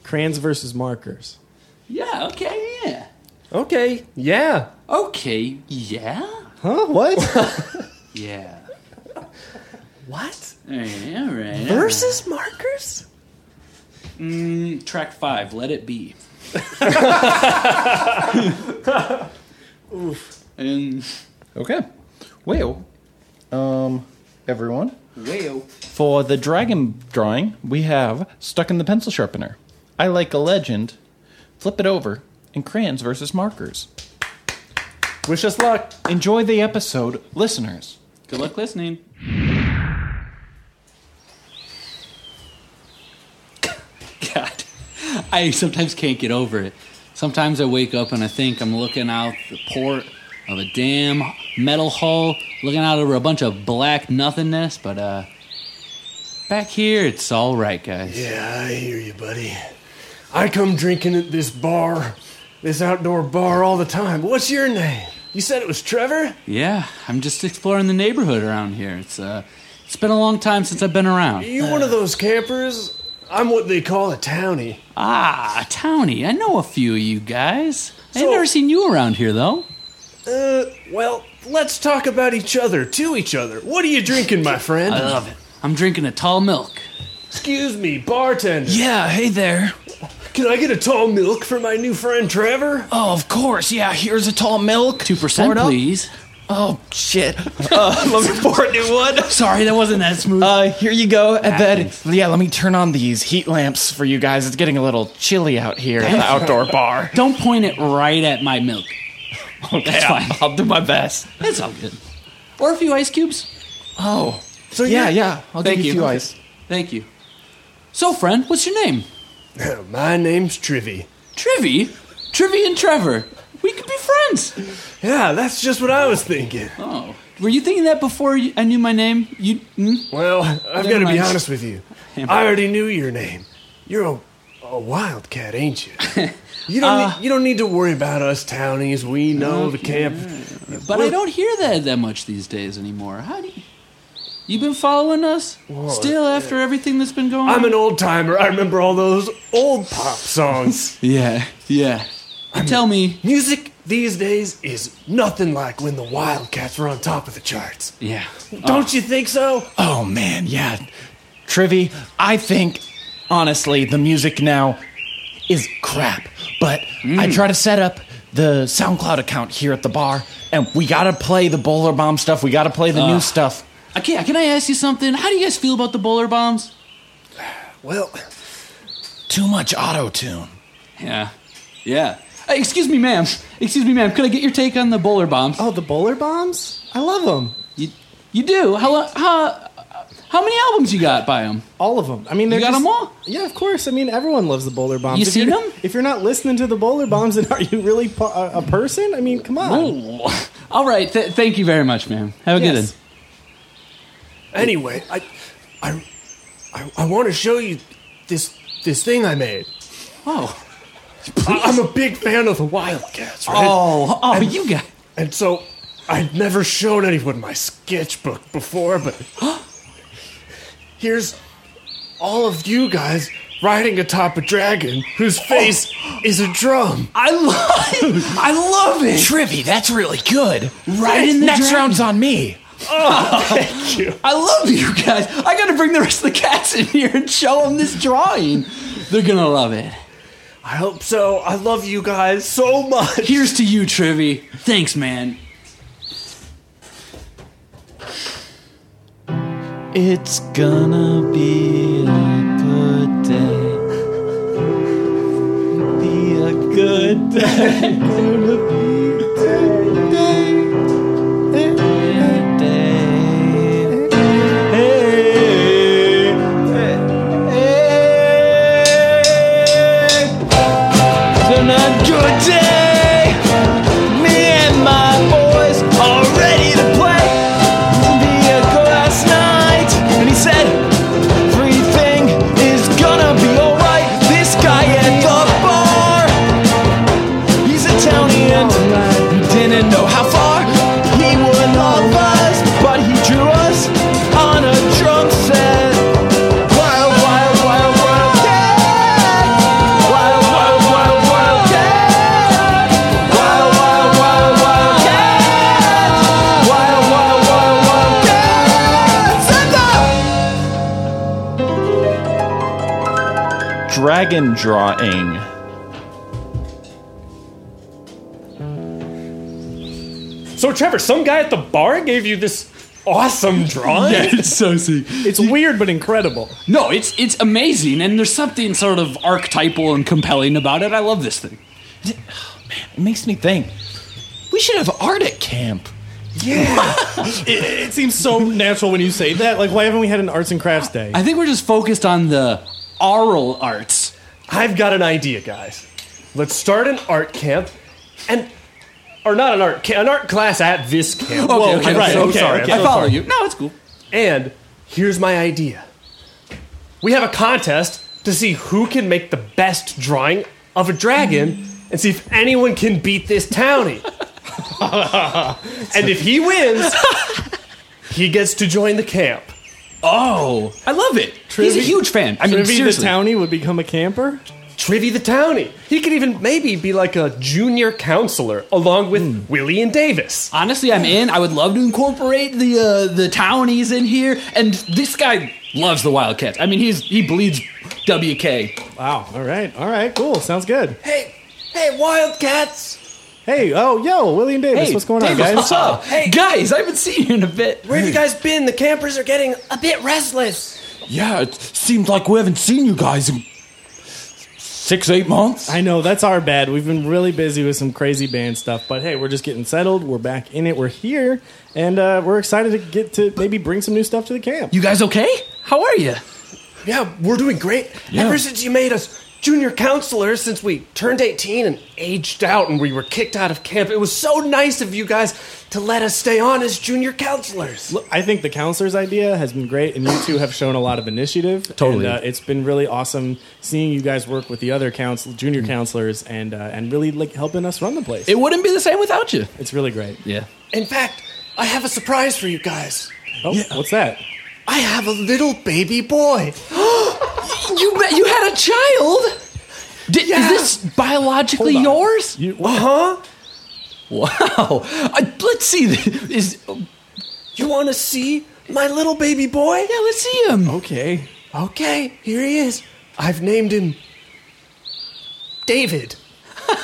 Speaker 8: Crayons versus Markers.
Speaker 6: Yeah. Okay. Yeah.
Speaker 1: Okay. Yeah.
Speaker 6: Okay. Yeah.
Speaker 8: Huh? What?
Speaker 6: Yeah.
Speaker 1: What?
Speaker 6: All right. All right.
Speaker 1: Versus markers?
Speaker 6: Track five. Let it be. Oof. And
Speaker 7: Okay. Well, um, everyone.
Speaker 6: wayo.
Speaker 7: For the dragon drawing, we have Stuck in the Pencil Sharpener, I Like a Legend, Flip It Over, and Crayons versus Markers.
Speaker 1: Wish us luck.
Speaker 7: Enjoy the episode, listeners.
Speaker 6: Good luck listening. God, I sometimes can't get over it. Sometimes I wake up and I think I'm looking out the port of a damn metal hull, looking out over a bunch of black nothingness, but uh, back here it's all right, guys.
Speaker 1: Yeah, I hear you, buddy. I come drinking at this bar, this outdoor bar all the time. What's your name? You said it was Trevor?
Speaker 6: Yeah, I'm just exploring the neighborhood around here. It's uh, it's been a long time since I've been around.
Speaker 1: You one of those campers? I'm what they call a townie.
Speaker 6: Ah, Townie, I know a few of you guys. I've
Speaker 1: So-
Speaker 6: never seen you around here though.
Speaker 1: Uh, well, let's talk about each other to each other. What are you drinking, my friend?
Speaker 6: I love it. I'm drinking a tall milk.
Speaker 1: Excuse me, bartender.
Speaker 7: Yeah, hey there.
Speaker 1: Can I get a tall milk for my new friend Trevor?
Speaker 7: Oh, of course, yeah, here's a tall milk.
Speaker 6: Two percent,
Speaker 7: Pour it up.
Speaker 6: please.
Speaker 7: Oh, shit. Uh, let me pour a new one.
Speaker 6: Sorry, that wasn't that smooth.
Speaker 7: Uh, here you go. And then,
Speaker 6: Happens.
Speaker 7: yeah, let me turn on these heat lamps for you guys. It's getting a little chilly out here at the outdoor bar.
Speaker 6: Don't point it right at my milk. That's fine.
Speaker 7: I'll do my best.
Speaker 6: That's all good. Or a few ice cubes.
Speaker 7: Oh.
Speaker 1: So
Speaker 7: Yeah,
Speaker 1: you're-
Speaker 7: yeah. I'll
Speaker 6: Thank
Speaker 7: give you, a
Speaker 6: you.
Speaker 7: few ice.
Speaker 6: Thank you. So, friend, what's your name?
Speaker 1: Uh,
Speaker 9: My name's Trivy.
Speaker 6: Trivy? Trivy and Trevor. We could be friends.
Speaker 9: Yeah, that's just what I was thinking.
Speaker 6: Oh. Were you thinking that before you, I knew my name? You. Mm?
Speaker 9: Well,
Speaker 8: Oh,
Speaker 9: I've
Speaker 6: Never
Speaker 9: got to be
Speaker 6: mind.
Speaker 9: honest with you.
Speaker 6: Damn.
Speaker 9: I already knew your name. You're a, a wildcat, ain't you? You don't,
Speaker 8: Uh,
Speaker 9: need, you don't need to worry about us townies. We know the camp.
Speaker 6: But I don't hear that that much these days anymore. How do you. You been following us? Still after everything that's been going
Speaker 9: I'm
Speaker 6: on?
Speaker 9: an old timer. I remember all those old pop songs.
Speaker 6: Yeah, yeah. Tell me.
Speaker 9: Music these days is nothing like when the Wildcats were on top of the charts.
Speaker 6: Yeah.
Speaker 8: Uh.
Speaker 9: Don't you think so?
Speaker 2: Oh man, yeah. Trivy, I think honestly the music now is crap. But
Speaker 7: Mm.
Speaker 2: I try to set up the SoundCloud account here at the bar, and we gotta play the Bowler Bomb stuff. We gotta play the new stuff.
Speaker 6: Okay, can I ask you something? How do you guys feel about the bowler bombs?
Speaker 9: Well,
Speaker 2: Too much auto tune.
Speaker 6: Yeah. Yeah. Uh, excuse me, ma'am. Excuse me, ma'am. Could I get your take on the bowler bombs?
Speaker 8: Oh, the bowler bombs? I love them.
Speaker 6: You, you do? How, lo- how, how many albums you got by them?
Speaker 8: All of them. I mean, they're
Speaker 6: got
Speaker 8: just-
Speaker 6: 'em all?
Speaker 8: Yeah, of course. I mean, everyone loves the bowler bombs.
Speaker 6: You
Speaker 8: If
Speaker 6: seen
Speaker 8: you're-
Speaker 6: 'em?
Speaker 8: If you're not listening to the bowler bombs, then are you really pa- a, a person? I mean, come on.
Speaker 6: All right. Th- thank you very much, ma'am. Have a good
Speaker 8: Yes.
Speaker 6: one.
Speaker 9: anyway, I, I, I, I want to show you this this thing I made.
Speaker 6: Oh.
Speaker 9: I, I'm a big fan of the Wildcats, right?
Speaker 6: Oh, oh, you got.
Speaker 9: And so I'd never shown anyone my sketchbook before, but here's all of you guys riding atop a dragon whose face is a drum.
Speaker 6: I love it. I love it.
Speaker 2: Trivy, that's really good.
Speaker 6: Right in the
Speaker 2: Next
Speaker 6: dragon.
Speaker 2: round's on me.
Speaker 6: I love you guys. I got to bring the rest of the cats in here and show them this drawing. They're going to love it.
Speaker 9: I hope so. I love you guys so much.
Speaker 6: Here's to you, Trivy. Thanks, man.
Speaker 2: It's gonna be a good day. Be a good day. Dragon drawing.
Speaker 9: So, Trevor, some guy at the bar gave you this awesome drawing?
Speaker 6: Yeah, it's so sick.
Speaker 8: It's weird but incredible.
Speaker 6: No, it's it's amazing, and there's something sort of archetypal and compelling about it. I love this thing.
Speaker 2: oh, It makes me think. We should have art at camp.
Speaker 8: It, it seems so natural when you say that. Like, why haven't we had an arts and crafts day?
Speaker 6: I think we're just focused on the aural arts.
Speaker 9: I've got an idea, guys. Let's start an art camp and. Or not an art ca- an art class at this camp.
Speaker 6: Okay,
Speaker 9: Whoa,
Speaker 6: okay,
Speaker 9: I'm
Speaker 6: okay,
Speaker 9: so
Speaker 6: okay,
Speaker 9: sorry.
Speaker 6: okay.
Speaker 9: I'm
Speaker 6: I
Speaker 9: so
Speaker 6: follow
Speaker 9: sorry.
Speaker 6: you. No, it's cool.
Speaker 9: And here's my idea we have a contest to see who can make the best drawing of a dragon and see if anyone can beat this townie. and if he wins, he gets to join the camp.
Speaker 6: Oh, I love it. He's a
Speaker 8: Trivy-
Speaker 6: huge fan. I mean,
Speaker 8: Trivy the
Speaker 6: seriously.
Speaker 8: townie would become a camper.
Speaker 9: Trivy the townie. He could even maybe be like a junior counselor along with
Speaker 6: Hmm.
Speaker 9: Willie and Davis.
Speaker 6: Honestly, I'm in. I would love to incorporate the uh, the townies in here, and this guy loves the Wildcats. I mean, he's he bleeds WK.
Speaker 8: Wow. All right. All right. Cool. Sounds good.
Speaker 9: Hey, hey, Wildcats!
Speaker 8: Hey. Oh, yo, William Davis. what's going on,
Speaker 6: Davis,
Speaker 8: guys?
Speaker 6: What's up,
Speaker 9: Hey.
Speaker 6: guys? I haven't seen you in a bit.
Speaker 9: Where have you guys been? The campers are getting a bit restless.
Speaker 2: Yeah, it seems like we haven't seen you guys in six, eight months.
Speaker 8: I know that's our bad. We've been really busy with some crazy band stuff, but hey, we're just getting settled. We're back in it. We're here, and uh, we're excited to get to maybe bring some new stuff to the camp.
Speaker 6: You guys okay? How are you?
Speaker 9: yeah, we're doing great. Ever since you made us junior counselors, since we turned 18 and aged out and we were kicked out of camp, it was so nice of you guys to let us stay on as junior counselors.
Speaker 8: Look, I think the counselor's idea has been great, and you two have shown a lot of initiative.
Speaker 1: Totally.
Speaker 8: and, uh, it's been really awesome seeing you guys work with the other counsel, junior counselors, and uh, and really like helping us run the place.
Speaker 6: It wouldn't be the same without you.
Speaker 8: it's really great.
Speaker 6: Yeah.
Speaker 9: In fact, I have a surprise for you guys.
Speaker 8: Oh, what's that?
Speaker 9: I have a little baby boy. you you had a child?
Speaker 6: Did,
Speaker 9: Yeah.
Speaker 6: Is this biologically
Speaker 8: Hold on.
Speaker 6: yours?
Speaker 8: You,
Speaker 9: Huh?
Speaker 6: Wow. I, let's see. Is
Speaker 9: You want to see my little baby boy?
Speaker 6: yeah. Let's see him.
Speaker 8: okay?
Speaker 9: Okay, here he is. I've named him David.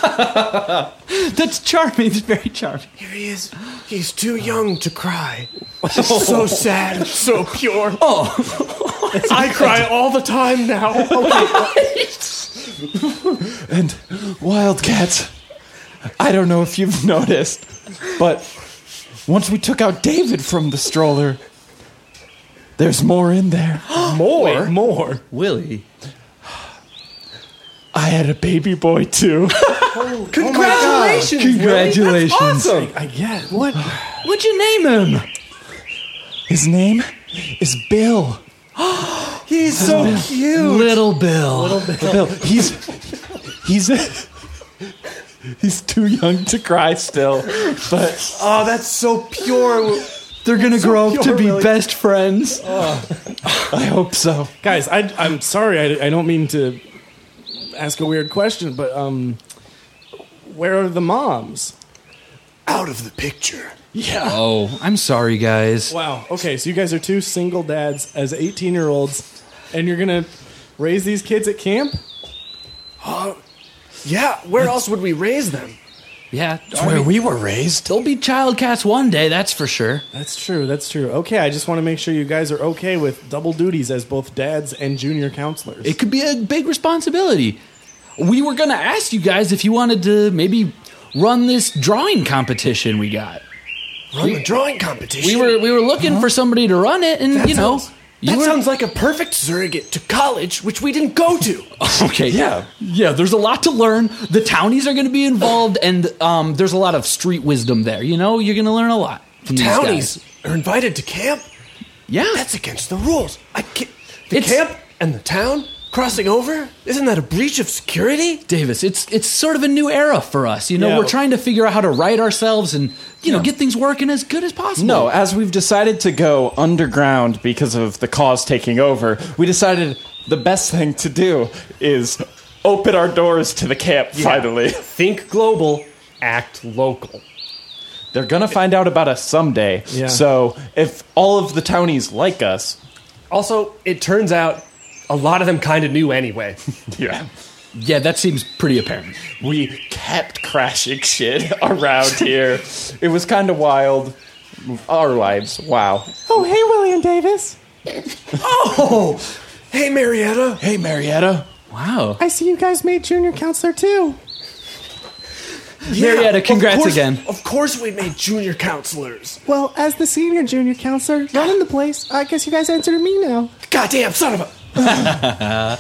Speaker 6: That's charming. It's very charming.
Speaker 9: Here he is. He's too young to cry.
Speaker 7: Oh.
Speaker 9: so sad, so pure. Oh. I cry all the time now.
Speaker 7: And Wildcats, I don't know if you've noticed, but once we took out David from the stroller, there's more in there.
Speaker 8: More, more.
Speaker 6: Willie.
Speaker 7: I had a baby boy too.
Speaker 9: Congratulations.
Speaker 6: Congratulations.
Speaker 8: I get what?
Speaker 6: What'd you name him?
Speaker 7: His name is Bill.
Speaker 9: He's so cute.
Speaker 6: Little Bill.
Speaker 7: Bill, he's he's he's too young to cry still, but
Speaker 9: Oh, that's so pure.
Speaker 6: They're gonna grow up to be
Speaker 9: really-
Speaker 6: best friends.
Speaker 7: I hope so.
Speaker 8: guys, I, I'm sorry. I, I don't mean to ask a weird question, but um, where are the moms?
Speaker 9: Out of the picture.
Speaker 6: Oh, I'm sorry, guys.
Speaker 8: Wow. Okay, so you guys are two single dads as 18 year olds, and you're gonna raise these kids at camp?
Speaker 9: Yeah, where else would we raise them?
Speaker 6: Yeah,
Speaker 7: Where
Speaker 6: alright.
Speaker 7: we were raised.
Speaker 6: there'll be child cats one day. That's for sure.
Speaker 8: That's true. That's true. Okay, I just want to make sure you guys are okay with double duties as both dads and junior counselors.
Speaker 6: It could be a big responsibility. We were gonna ask you guys if you wanted to maybe run this drawing competition we got.
Speaker 9: Run the drawing competition.
Speaker 6: We were we were looking for somebody to run it, and
Speaker 9: That
Speaker 6: you know,
Speaker 9: sounds-
Speaker 6: you
Speaker 9: that
Speaker 6: were-
Speaker 9: sounds like a perfect surrogate to college, which we didn't go to.
Speaker 6: okay. Yeah, yeah. There's a lot to learn. The townies are gonna be involved, and um, there's a lot of street wisdom there. You know, you're gonna learn a lot. From these
Speaker 9: Townies
Speaker 6: guys.
Speaker 9: are invited to camp.
Speaker 6: Yeah,
Speaker 9: That's against the rules. I can't. The
Speaker 6: It's-
Speaker 9: camp and the town crossing over? Isn't that a breach of security?
Speaker 6: Davis, it's it's sort of a new era for us. You know,
Speaker 8: Yeah.
Speaker 6: we're trying to figure out how to right ourselves and you know get things working as good as possible.
Speaker 7: No, as we've decided to go underground because of the cause taking over, we decided the best thing to do is open our doors to the camp finally.
Speaker 9: Think global, act local.
Speaker 7: They're gonna find out about us someday.
Speaker 8: Yeah.
Speaker 7: So if all of the townies like us,
Speaker 9: Also, it turns out a lot of them kind of knew anyway.
Speaker 7: yeah.
Speaker 6: yeah, that seems pretty apparent.
Speaker 7: we kept crashing shit around here. it was kind of wild. Our lives, wow. Oh, hey, William Davis.
Speaker 9: hey, Marietta.
Speaker 7: Oh! Hey, Marietta.
Speaker 6: Wow,
Speaker 7: I see you guys made junior counselor too.
Speaker 6: Marietta,
Speaker 9: of
Speaker 6: congrats
Speaker 9: course-
Speaker 6: again.
Speaker 9: Of course, we made junior counselors.
Speaker 7: Well, as the senior junior counselor running the place, I guess you guys answer to me now.
Speaker 9: Goddamn son of a.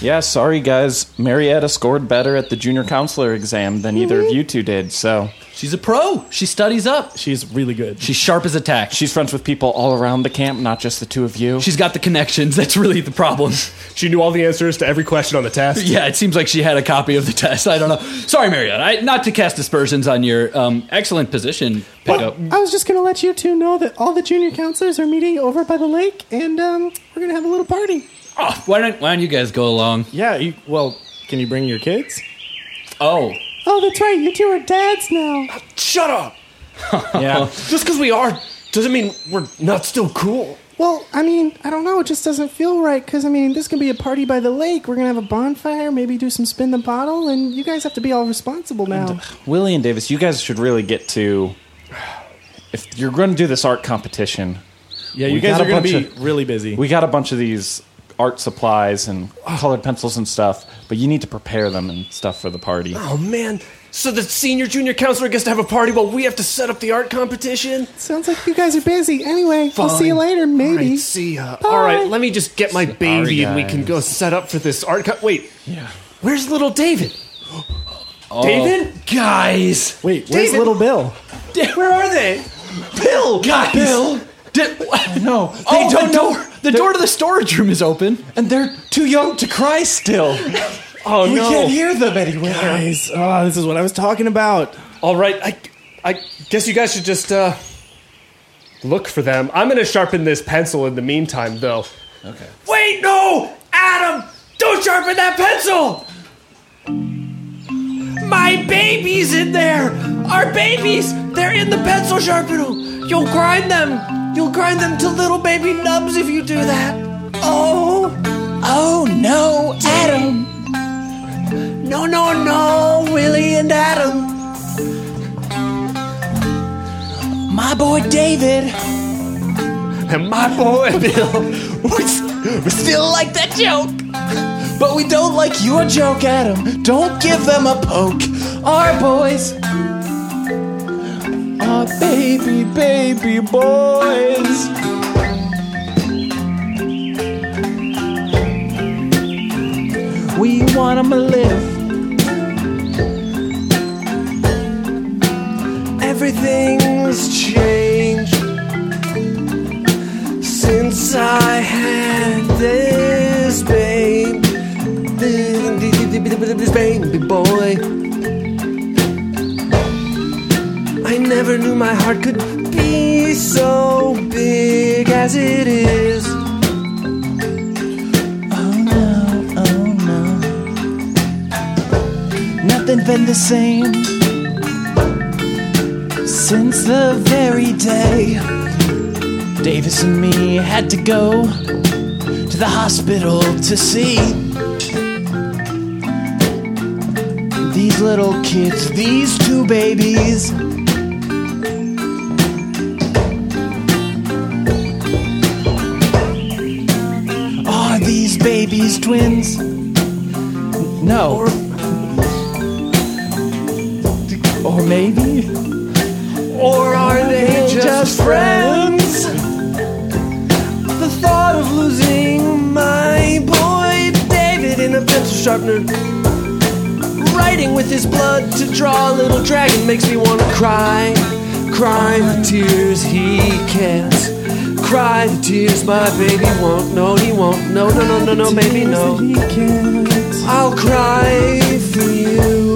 Speaker 7: Yeah, sorry guys. Marietta scored better at the junior counselor exam than either of you two did, so
Speaker 6: she's a pro. She studies up.
Speaker 8: She's really good.
Speaker 6: She's sharp as a tack.
Speaker 7: she's friends with people all around the camp, not just the two of you.
Speaker 6: She's got the connections. That's really the problem.
Speaker 9: She knew all the answers to every question on the test.
Speaker 6: Yeah, it seems like she had a copy of the test. I don't know. Sorry, Marietta. I, not to cast aspersions on your um, excellent position pickup.
Speaker 7: I was just gonna let you two know that all the junior counselors are meeting over by the lake, and um, we're gonna have a little party.
Speaker 6: Oh, why don't why don't you guys go along?
Speaker 8: yeah. You, well, can you bring your kids?
Speaker 6: Oh,
Speaker 7: Oh, that's right. You two are dads now.
Speaker 9: Shut up.
Speaker 8: Yeah.
Speaker 9: Just because we are doesn't mean we're not still cool.
Speaker 7: Well, I mean, I don't know. It just doesn't feel right because I mean, this could be a party by the lake. We're gonna have a bonfire, maybe do some spin the bottle, and you guys have to be all responsible now. Willie and Davis, you guys should really get to. If you're going to do this art competition,
Speaker 8: Yeah. You
Speaker 7: We
Speaker 8: guys
Speaker 7: got
Speaker 8: are
Speaker 7: a
Speaker 8: gonna
Speaker 7: bunch
Speaker 8: be
Speaker 7: of-
Speaker 8: really busy.
Speaker 7: we got a bunch of these
Speaker 10: art supplies and colored pencils and stuff, but you need to prepare them and stuff for the party.
Speaker 2: Oh man. So the senior junior counselor gets to have a party while we have to set up the art competition?
Speaker 7: Sounds like you guys are busy. Anyway, I'll see you
Speaker 2: Fine.
Speaker 7: later, maybe.
Speaker 2: Alright, see ya. Alright, let me just get my baby and we can go set up for this art co- wait. Yeah. Where's little David? David? Guys.
Speaker 7: Wait, where's
Speaker 2: David-
Speaker 7: little Bill?
Speaker 2: Where are they? Bill!
Speaker 9: Guys! Ah, Bill! no,
Speaker 6: oh,
Speaker 9: they don't, the door, the door to the storage room is open, and they're too young to cry still.
Speaker 7: Oh
Speaker 9: We can't
Speaker 2: e-
Speaker 9: hear them anywhere.
Speaker 7: Guys, oh, this is what I was talking about.
Speaker 2: Alright, I I guess you guys should just uh look for them. I'm gonna sharpen this pencil in the meantime though. Okay. Wait, no! Adam! Don't sharpen that pencil! My baby's in there! Our babies! They're in the pencil sharpener! You'll grind them! You'll grind them to little baby nubs if you do that! Oh! Oh no, Adam! No, no, no, Willie and Adam!
Speaker 11: My boy David.
Speaker 2: And my boy Bill!
Speaker 11: We still like that joke. But we don't like your joke, Adam. Don't give them a poke. Our boys. Our baby, baby boys. We want them to live.
Speaker 2: Everything's changed since I had this baby, this baby boy. I never knew my heart could be so big as it is.
Speaker 11: Oh no. Nothing been the same since the very day Davis and me had to go to the hospital to see these little kids, these two babies. Are these babies twins? No. Or, maybe?
Speaker 2: Or are they just friends? The thought of losing my boy David in a pencil sharpener, writing with his blood to draw a little dragon makes me want to cry. Cry the tears he can't. Cry the tears my baby won't. No, he won't. No, no, no, no, no, baby, no. I'll cry for you.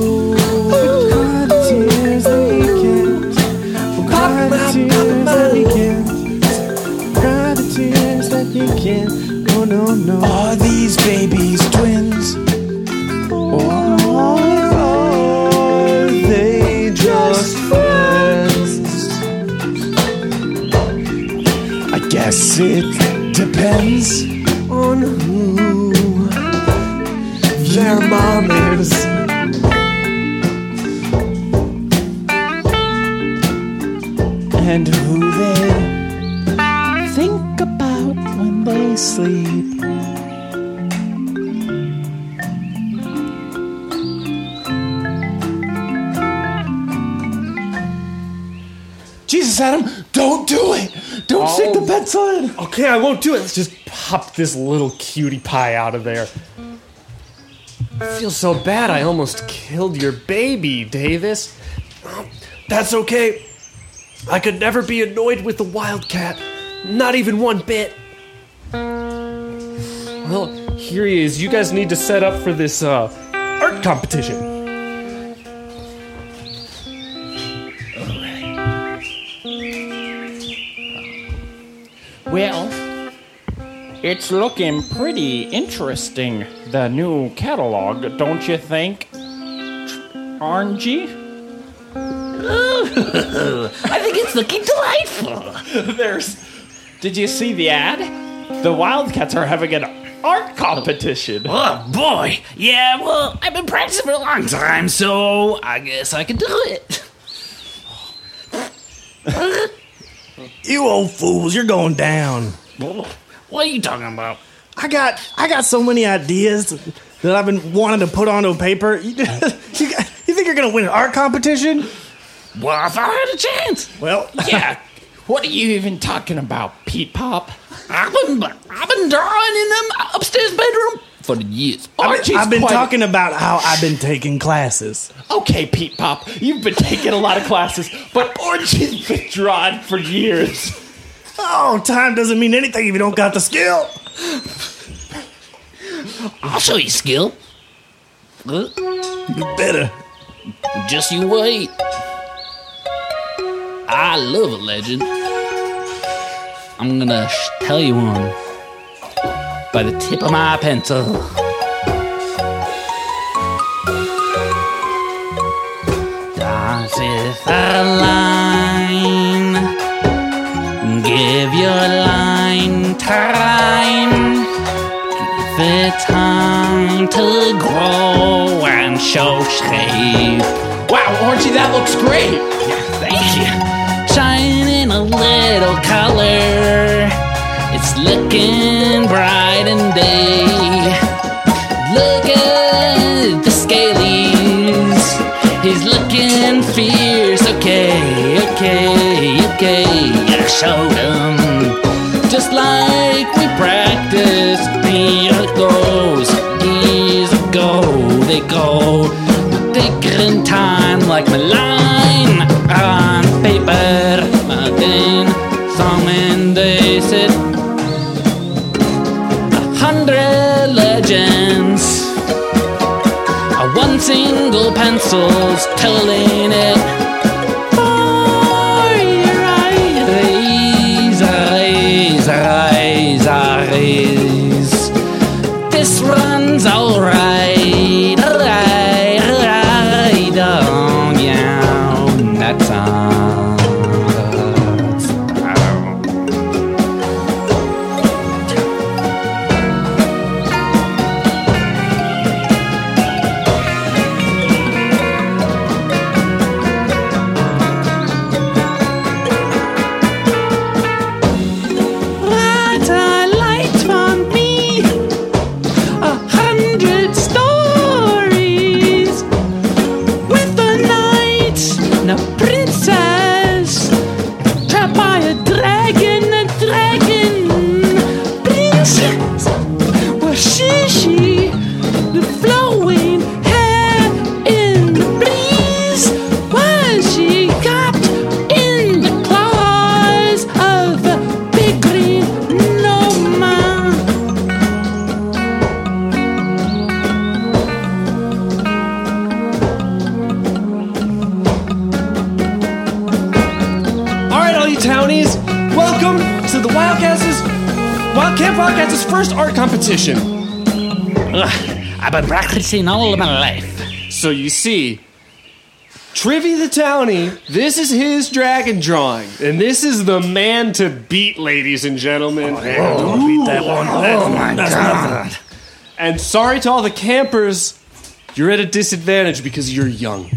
Speaker 2: Pop my, pop my.
Speaker 11: Are these babies twins?
Speaker 2: Are they just friends?
Speaker 11: I guess it depends.
Speaker 2: On who their mom is.
Speaker 11: and who they think about when they sleep.
Speaker 9: Jesus, Adam, don't do it. Don't stick the pencil in.
Speaker 2: Oh. Okay, I won't do it. Let's just pop this little cutie pie out of there. I feel so bad. I almost killed your baby, Davis. That's okay. I could never be annoyed with the wildcat. Not even one bit. Well, here he is. You guys need to set up for this uh, art competition.
Speaker 3: Well, it's looking pretty interesting, the new catalog, don't you think? Orangey?
Speaker 9: I think it's looking delightful.
Speaker 3: There's. Did you see the ad? The Wildcats are having an art competition.
Speaker 9: Oh boy. Yeah, well, I've been practicing for a long time, so I guess I can do it. you old fools, you're going down. What are you talking about?
Speaker 8: I got I got so many ideas that I've been wanting to put onto paper. You, you got- you think you're gonna win an art competition?
Speaker 9: Well, if I had a chance.
Speaker 8: Well,
Speaker 9: yeah. What are you even talking about, Pete Pop? I've been, I've been drawing in them upstairs bedroom for years.
Speaker 8: I've
Speaker 9: Archie's
Speaker 8: been, I've been
Speaker 9: quite-
Speaker 8: talking about how I've been taking classes.
Speaker 9: Okay, Pete Pop, you've been taking a lot of classes, but Orchard's been drawing for years.
Speaker 8: Oh, time doesn't mean anything if you don't got the skill.
Speaker 12: I'll show you skill. You
Speaker 8: better.
Speaker 12: Just you wait. I love a legend. I'm gonna sh- tell you one by the tip of my pencil. Dance with a line. Give your line time. Give it time to grow and show shape. Wow, Orangey, that looks great. thank you. Shine in a little color. It's looking bright and day. Look at the scalies. He's looking fierce. Okay, okay, okay. I showed him just like we practiced. Here it goes, years ago they go. Taking time like my line on paper. Again, song and they said a hundred legends. A One single pencil's telling it. For your eyes, eyes, eyes, eyes. This runs alright, alright, alright, oh yeah, that song. Brighter light on me, a hundred stories with a knight and a princess trapped by a dragon, a dragon princess. Well, she, she, the flowing hair in the breeze. Well, she got in the claws of the big green gnome.
Speaker 13: All right, all you townies, welcome to the Wildcats' Wildcat Podcast's first art competition.
Speaker 12: Ugh, I've been practicing all of my life.
Speaker 1: So you see, Trivy the Townie, this is his dragon drawing, and this is the man to beat, ladies and gentlemen.
Speaker 7: Oh my god.
Speaker 1: And sorry to all the campers, you're at a disadvantage because you're young.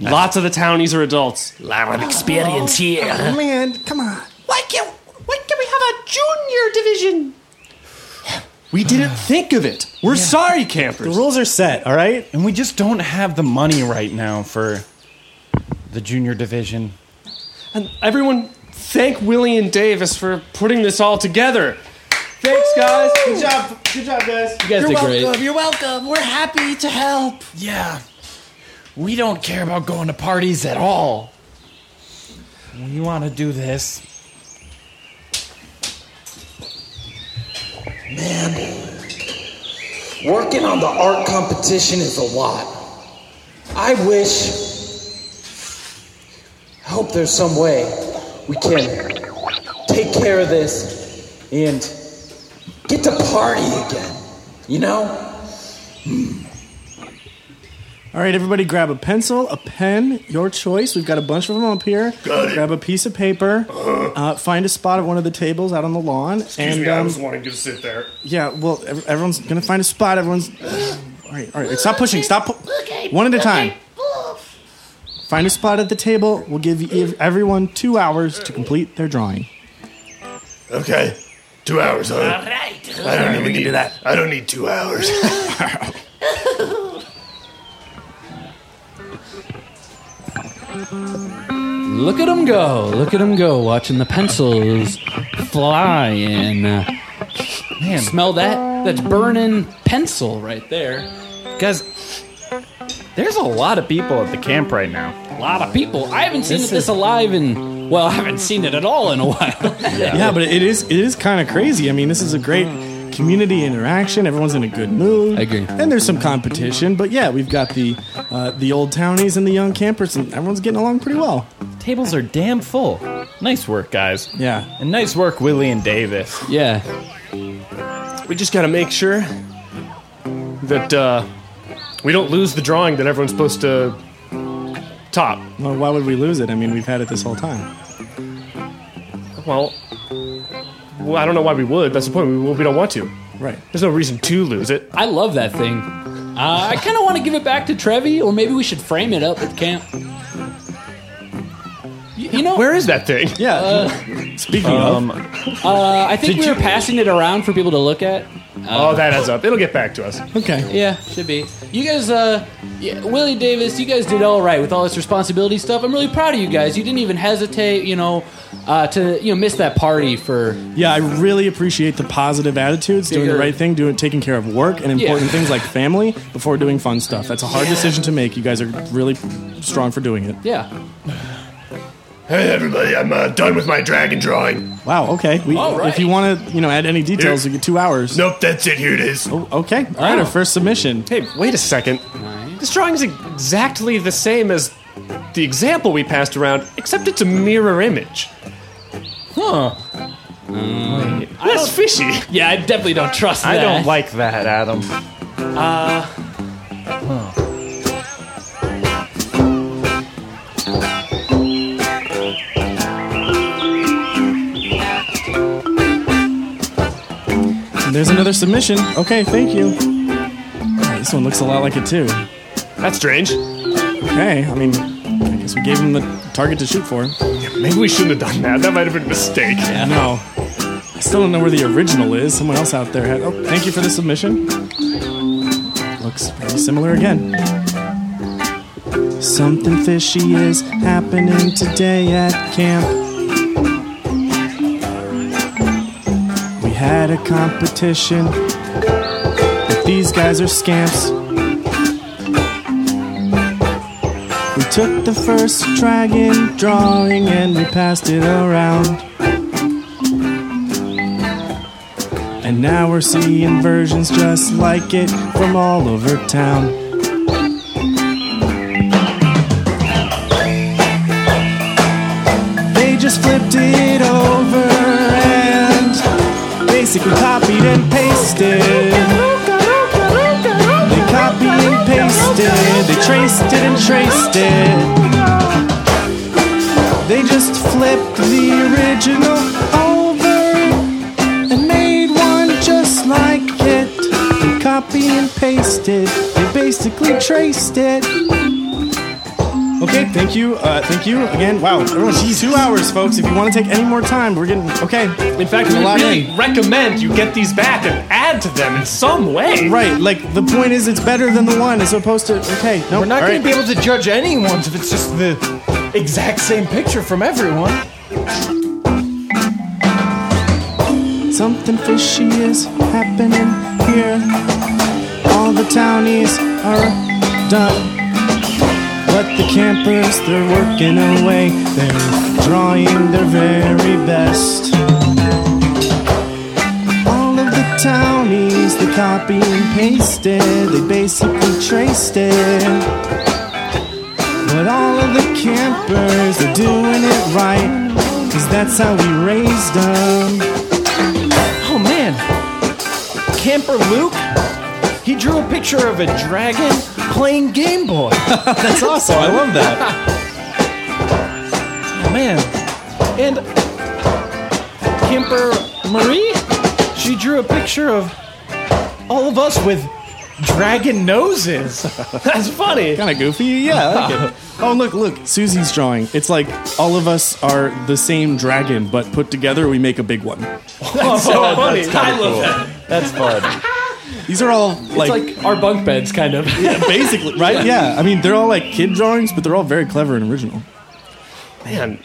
Speaker 1: Lots of the townies are adults. Lot of experience
Speaker 8: Oh, man, come on.
Speaker 7: Why can't why can we have a junior division?
Speaker 1: We didn't think of it. We're sorry, campers.
Speaker 8: The rules are set, all right?
Speaker 3: And we just don't have the money right now for the junior division.
Speaker 1: And everyone, thank Willie and Davis for putting this all together. Thanks, guys. Good job. Good job, guys. You
Speaker 7: You're welcome.
Speaker 1: You're welcome. We're happy to help.
Speaker 9: Yeah. We don't care about going to parties at all. We want to do this.
Speaker 2: Working on the art competition is a lot. I wish. I hope there's some way we can take care of this and get to party again. You know?
Speaker 8: All right, everybody, grab a pencil, a pen, your choice. We've got a bunch of them up here.
Speaker 7: Got it.
Speaker 8: Grab a piece of paper. Uh, find a spot at one of the tables out on the lawn. and um,
Speaker 14: wanting to sit there.
Speaker 8: yeah, well, ev- everyone's gonna find a spot. Everyone's all right. All right, stop pushing. Stop. Pu- one at a time. Find a spot at the table. We'll give ev- everyone two hours to complete their drawing.
Speaker 7: Okay. Two hours, huh?
Speaker 12: Alright,
Speaker 2: I don't even need that. I don't need two hours.
Speaker 6: Look at them go. Look at them go. Watching the pencils fly and uh, man, smell that? That's burning pencil right there.
Speaker 3: Guys, there's a lot of people at the camp right now.
Speaker 6: A lot of people. I haven't seen this, alive in well, I haven't seen it at all in a while.
Speaker 8: Yeah. but it is it is kind of crazy. I mean, this is a great community interaction. Everyone's in a good mood. I agree. And there's some competition, but yeah, we've got the uh, the old townies and the young campers, and everyone's getting along pretty well.
Speaker 3: Tables are damn full. Nice work, guys.
Speaker 8: Yeah.
Speaker 3: And nice work, Willie and Davis.
Speaker 6: Yeah.
Speaker 1: We just gotta make sure that uh, we don't lose the drawing that everyone's supposed to top.
Speaker 8: Well, why would we lose it? I mean, we've had it this whole time.
Speaker 1: Well, well, I don't know why we would. That's the point. We, we don't want to.
Speaker 8: Right.
Speaker 1: There's no reason to lose it.
Speaker 6: I love that thing. Uh, I kind of want to give it back to Trevi, or maybe we should frame it up at camp. You, you know,
Speaker 1: where is that thing?
Speaker 8: Yeah.
Speaker 1: Uh,
Speaker 8: Speaking
Speaker 6: um, of, uh, I think we were passing it around for people to look at.
Speaker 1: oh, that adds up. It'll get back to us.
Speaker 8: Okay.
Speaker 6: Yeah, should be. You guys, uh, yeah, Willie Davis, you guys did all right with all this responsibility stuff. I'm really proud of you guys. You didn't even hesitate, you know, uh, to you know miss that party for
Speaker 8: Yeah, I really appreciate the positive attitudes, doing the
Speaker 6: Bigger-
Speaker 8: right thing, doing taking care of work and
Speaker 6: Yeah.
Speaker 8: important things like family before doing fun stuff. That's a hard
Speaker 6: Yeah.
Speaker 8: decision to make. You guys are really strong for doing it.
Speaker 6: yeah.
Speaker 2: hey, everybody, I'm uh, done with my dragon drawing.
Speaker 8: Wow. Okay. We,
Speaker 2: All right.
Speaker 8: If you want to, you know, add any details, you get two hours.
Speaker 2: Nope, that's it. Here it is.
Speaker 8: Oh, okay. All right. Our first submission.
Speaker 1: Hey, wait a second. This drawing is exactly the same as the example we passed around, except it's a mirror image.
Speaker 3: Huh.
Speaker 9: Hmm.
Speaker 1: That's fishy.
Speaker 6: Yeah, I definitely don't trust
Speaker 3: I don't like that, Adam.
Speaker 6: Uh,
Speaker 8: There's another submission. Okay. Thank you. All right, this one looks a lot like it too.
Speaker 1: That's strange.
Speaker 8: Okay. I mean, I guess we gave him the target to shoot for.
Speaker 1: Maybe we shouldn't have done that. That might have been a mistake.
Speaker 8: No. I still don't know where the original is. Someone else out there had. Oh, thank you for the submission. Looks very similar again. Something fishy is happening today at camp. We had a competition, but these guys are scamps. We took the first dragon drawing and we passed it around. And now we're seeing versions just like it from all over town. They just flipped it over and basically copied and pasted. They copied and pasted, they traced it and traced it. They just flipped the original over and made one just like it. They copy and paste it. They basically traced it. Okay, thank you. Uh, thank you again. Wow, everyone, two hours, folks. If you want to take any more time, we're getting okay.
Speaker 1: In fact, we
Speaker 8: a lot
Speaker 1: really
Speaker 8: in.
Speaker 1: recommend you get these back and add to them in some way.
Speaker 8: Right, like the point is, it's better than the one. It's opposed to okay. No,
Speaker 9: We're not going to be able to judge anyone's if it's just the exact same picture from everyone.
Speaker 8: Something fishy is happening here. All the townies are done. But the campers, they're working away. They're drawing their very best. All of the townies, they copy and pasted. They basically traced it. But all of the campers, they're doing it right. Cause that's how we raised them.
Speaker 9: Oh man, Camper Luke, he drew a picture of a dragon playing Game Boy.
Speaker 8: That's awesome. I love that.
Speaker 9: Oh man, and Camper Marie, she drew a picture of all of us with
Speaker 15: dragon noses.
Speaker 9: That's funny.
Speaker 8: Kind of goofy, yeah. I like it. oh, look, look, Susie's drawing. It's like all of us are the same dragon, but put together we make a big one.
Speaker 9: That's so funny.
Speaker 8: kinda
Speaker 9: I love
Speaker 8: cool.
Speaker 9: that.
Speaker 8: That's fun. These are all like,
Speaker 9: it's like our bunk beds, kind of.
Speaker 8: yeah, basically, right? Yeah. I mean, they're all like kid drawings, but they're all very clever and original.
Speaker 9: Man,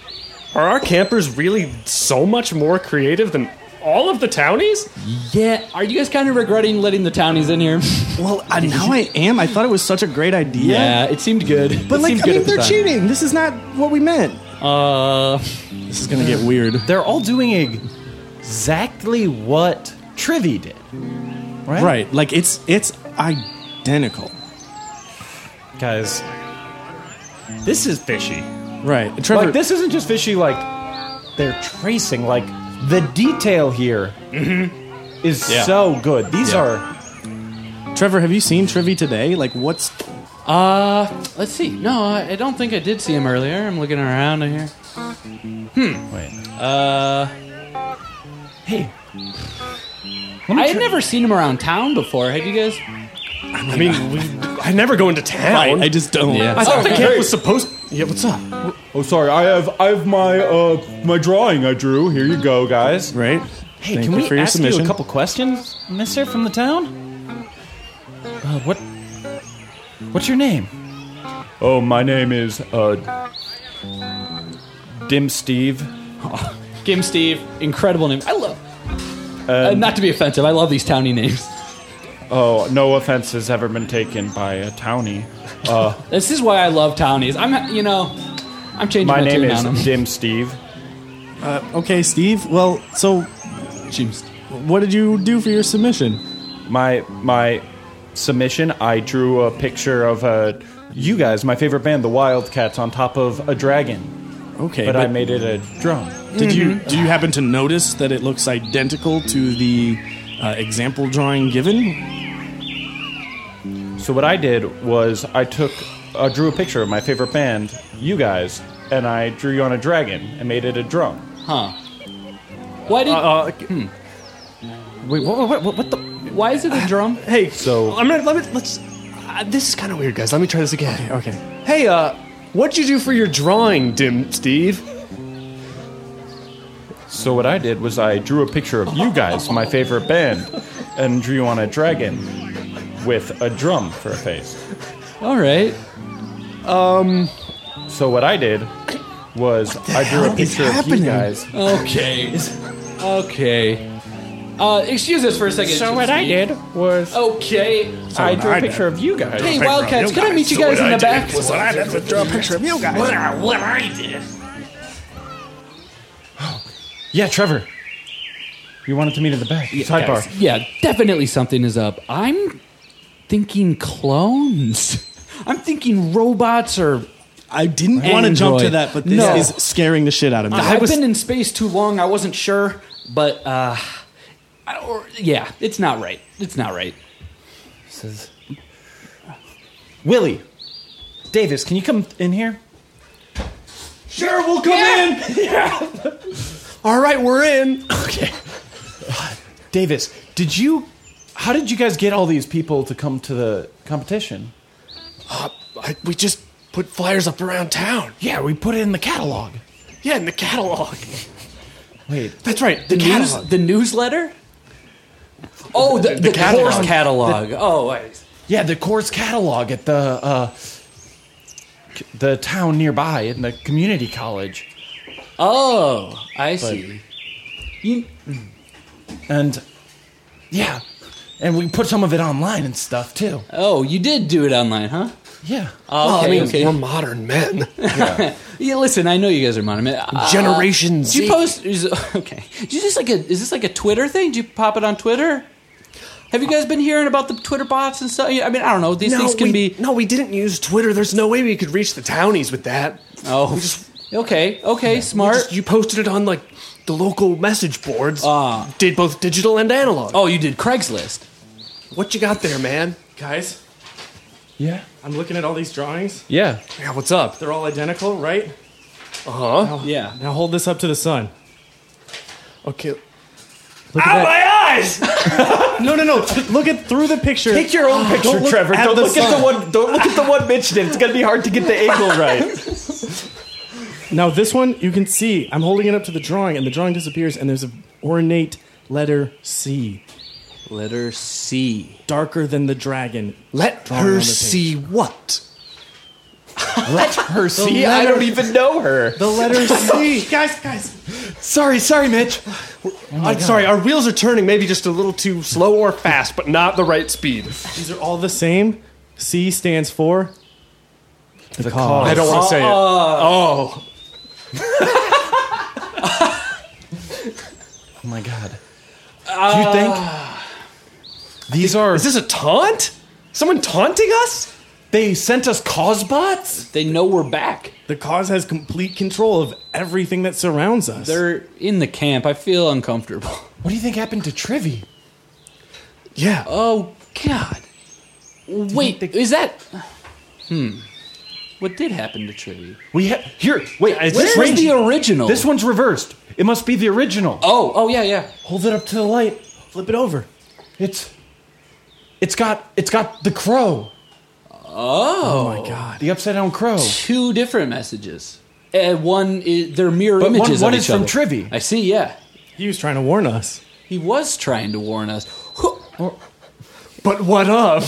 Speaker 9: are our campers really so much more creative than all of the townies?
Speaker 6: Yeah, are you guys kind of regretting letting the townies in here?
Speaker 8: well, I, now I am. I thought it was such a great idea.
Speaker 6: Yeah, it seemed good.
Speaker 8: But
Speaker 6: It
Speaker 8: like,
Speaker 6: seemed
Speaker 8: I
Speaker 6: good
Speaker 8: mean,
Speaker 6: at the
Speaker 8: they're
Speaker 6: time.
Speaker 8: cheating. This is not what we meant.
Speaker 2: Uh,
Speaker 8: this is gonna get weird.
Speaker 2: They're all doing exactly what Trivy did, right?
Speaker 8: Right. Like it's it's identical.
Speaker 2: guys. This is fishy.
Speaker 8: Right. Trevor-
Speaker 2: like this isn't just fishy. Like they're tracing. Like the detail here is
Speaker 8: Yeah.
Speaker 2: so good. These are
Speaker 8: Trevor, have you seen Trivy today? Like, what's
Speaker 6: Uh, let's see. No, I I don't think I did see him earlier. I'm looking around here. Hmm.
Speaker 2: Wait.
Speaker 6: Uh. Hey. I had never seen him around town before. Had you guys?
Speaker 9: I mean, we, I never go into town.
Speaker 6: Right, I
Speaker 8: just
Speaker 6: don't. Yeah.
Speaker 9: I thought the
Speaker 6: Okay.
Speaker 9: camp was supposed. Yeah, what's up?
Speaker 3: Oh, sorry. I have I have my uh my drawing I drew. Here you go, guys.
Speaker 8: Right.
Speaker 2: Hey, can we ask you a couple questions, Mister from the town? Uh, what? What's your name?
Speaker 3: Oh, my name is uh Dim Steve.
Speaker 6: Gim Steve, incredible name. I love. Uh,
Speaker 1: Um,
Speaker 6: not to be offensive, I love these townie names.
Speaker 3: Oh, no offense has ever been taken by a townie. Uh,
Speaker 6: This is why I love townies. I'm, you know, I'm changing my,
Speaker 3: my name
Speaker 6: tune
Speaker 3: is
Speaker 6: on them.
Speaker 3: Dim Steve.
Speaker 8: Uh, okay, Steve. Well, so what did you do for your submission?
Speaker 3: My my submission. I drew a picture of uh, you guys, my favorite band, the Wildcats, on top of a dragon.
Speaker 8: Okay,
Speaker 3: but, I
Speaker 8: but-
Speaker 3: made it a drone.
Speaker 8: Did you
Speaker 9: Mm-hmm.
Speaker 8: do you happen to notice that it looks identical to the uh, example drawing given?
Speaker 3: So what I did was I took, I drew a picture of my favorite band, you guys, and I drew you on a dragon and made it a drum.
Speaker 6: Huh? Why did?
Speaker 3: Uh,
Speaker 2: Wait, what? What? What, what the?
Speaker 6: Why is it a drum?
Speaker 9: Hey,
Speaker 3: so
Speaker 9: I'm gonna let me let's. Uh, this is kind of weird, guys. Let me try this again.
Speaker 8: Okay.
Speaker 9: Hey, uh, what'd you do for your drawing, Dim Steve?
Speaker 3: So what I did was I drew a picture of you guys, my favorite band, and drew you on a dragon with a drum for a face.
Speaker 6: All right.
Speaker 3: Um. So what I did was I drew a
Speaker 6: hell is
Speaker 3: picture of you
Speaker 6: happening?
Speaker 3: guys.
Speaker 6: Okay. okay. Uh, excuse us for a second.
Speaker 3: So what I did was
Speaker 6: okay.
Speaker 3: So I what drew a I did picture of you guys.
Speaker 6: Hey,
Speaker 3: Picture of
Speaker 6: Wildcats,
Speaker 3: you
Speaker 6: can I
Speaker 3: guys.
Speaker 6: meet you
Speaker 3: So
Speaker 6: guys
Speaker 3: what
Speaker 6: in
Speaker 3: I
Speaker 6: the back?
Speaker 3: did was I did was draw a picture
Speaker 8: of you guys.
Speaker 3: What
Speaker 6: I, what I
Speaker 8: did.
Speaker 3: Yeah, Trevor. You wanted to meet in the back. Sidebar.
Speaker 6: Guys, yeah, definitely something is up. I'm thinking clones. I'm thinking robots or.
Speaker 8: I didn't want to jump to that, but this
Speaker 6: no.
Speaker 8: is scaring the shit out of me.
Speaker 6: I've been in space too long. I wasn't sure, but uh, I- or, yeah, it's not right. It's not right.
Speaker 2: This is Willie Davis. Can you come in here?
Speaker 9: Sure, we'll come in. Yeah. All right, we're in.
Speaker 2: Okay. Davis, did you? How did you guys get all these people to come to the competition?
Speaker 9: Uh, I, we just put flyers up around town.
Speaker 2: Yeah, we put it in the catalog.
Speaker 9: Yeah, in the catalog.
Speaker 2: Wait,
Speaker 9: That's right.
Speaker 6: The, news, the newsletter. Oh, the, the, catalog. course catalog.
Speaker 2: The-
Speaker 6: oh, I,
Speaker 2: yeah, the course catalog at the uh, c- the town nearby in the community college.
Speaker 6: Oh, I
Speaker 2: But-
Speaker 6: see. You,
Speaker 2: and yeah, and we put some of it online and stuff too.
Speaker 6: oh, you did do it online, huh?
Speaker 2: Yeah.
Speaker 6: Oh, okay, okay.
Speaker 9: modern men.
Speaker 6: Yeah. listen, I know you guys are modern. Uh,
Speaker 9: Generation
Speaker 6: Did you
Speaker 9: Z.
Speaker 6: post? Is, okay. Did you just like a? Is this like a Twitter thing? Did you pop it on Twitter? Have you guys been hearing about the Twitter bots and stuff? I mean, I don't know. These things can
Speaker 9: we,
Speaker 6: be.
Speaker 9: No, we didn't use Twitter. There's no way we could reach the townies with that.
Speaker 6: Oh, okay, okay, smart.
Speaker 9: you posted it on like the local message boards. Ah, did both digital and analog.
Speaker 6: Oh, you did Craigslist.
Speaker 9: What you got there, man?
Speaker 8: Guys,
Speaker 2: Yeah.
Speaker 8: I'm looking at all these drawings.
Speaker 2: Yeah.
Speaker 9: Yeah, what's up?
Speaker 8: They're all identical, right?
Speaker 1: Uh-huh.
Speaker 9: Uh
Speaker 8: Now-
Speaker 6: Yeah.
Speaker 8: Now hold this up to the sun.
Speaker 9: Okay.
Speaker 8: Look at that.
Speaker 9: eye!
Speaker 2: guys.
Speaker 8: No, no, no. T- Look at through the picture.
Speaker 2: Take your own picture,
Speaker 8: don't look
Speaker 2: Trevor.
Speaker 8: At
Speaker 2: Don't
Speaker 8: the
Speaker 2: look at
Speaker 8: sun.
Speaker 2: the one. Don't look at the one Mitch did. It's gonna be hard to get the angle right.
Speaker 8: Now this one you can see. I'm holding it up to the drawing, and the drawing disappears, and there's an ornate letter C.
Speaker 6: Letter C.
Speaker 8: Darker than the dragon.
Speaker 1: Let
Speaker 8: Drawing on
Speaker 1: her
Speaker 8: the page.
Speaker 1: see what?
Speaker 8: Let her
Speaker 1: see? I don't
Speaker 2: even know her.
Speaker 8: The letter C. guys, guys.
Speaker 1: Sorry, sorry, Mitch.
Speaker 8: Oh my
Speaker 1: I'm
Speaker 8: God.
Speaker 1: sorry, our wheels are turning maybe just a little too slow or fast, but not the right speed.
Speaker 8: These are all the same. C stands for the, cause.
Speaker 1: I don't want to say it. Oh.
Speaker 8: Oh my god.
Speaker 1: Do you
Speaker 2: Uh.
Speaker 8: These are.
Speaker 1: Uh, Is this a taunt? Someone taunting us?
Speaker 8: They sent us cause bots?
Speaker 6: They know we're back.
Speaker 8: The cause has complete control of everything that surrounds us.
Speaker 6: They're in the camp. I feel uncomfortable.
Speaker 8: What do you think happened to Trivi?
Speaker 1: Yeah.
Speaker 6: Oh God. Wait, is that? Hmm. What did happen to Trivi?
Speaker 9: We ha- here. Wait, is
Speaker 6: Where
Speaker 9: this
Speaker 6: is
Speaker 9: range-
Speaker 6: the original?
Speaker 9: This one's reversed. It must be the original.
Speaker 6: Oh, oh yeah, yeah.
Speaker 9: Hold it up to the light. Flip it over. It's. It's got. It's got the crow.
Speaker 6: Oh.
Speaker 9: my god. The upside down crow.
Speaker 6: Two different messages. Uh, one is they're mirror
Speaker 9: But one-
Speaker 6: images.
Speaker 9: one
Speaker 6: of
Speaker 9: is
Speaker 6: each
Speaker 9: from
Speaker 6: other.
Speaker 9: Trivi.
Speaker 6: I see. Yeah.
Speaker 8: He was trying to warn us.
Speaker 6: He was trying to warn us.
Speaker 9: But what of?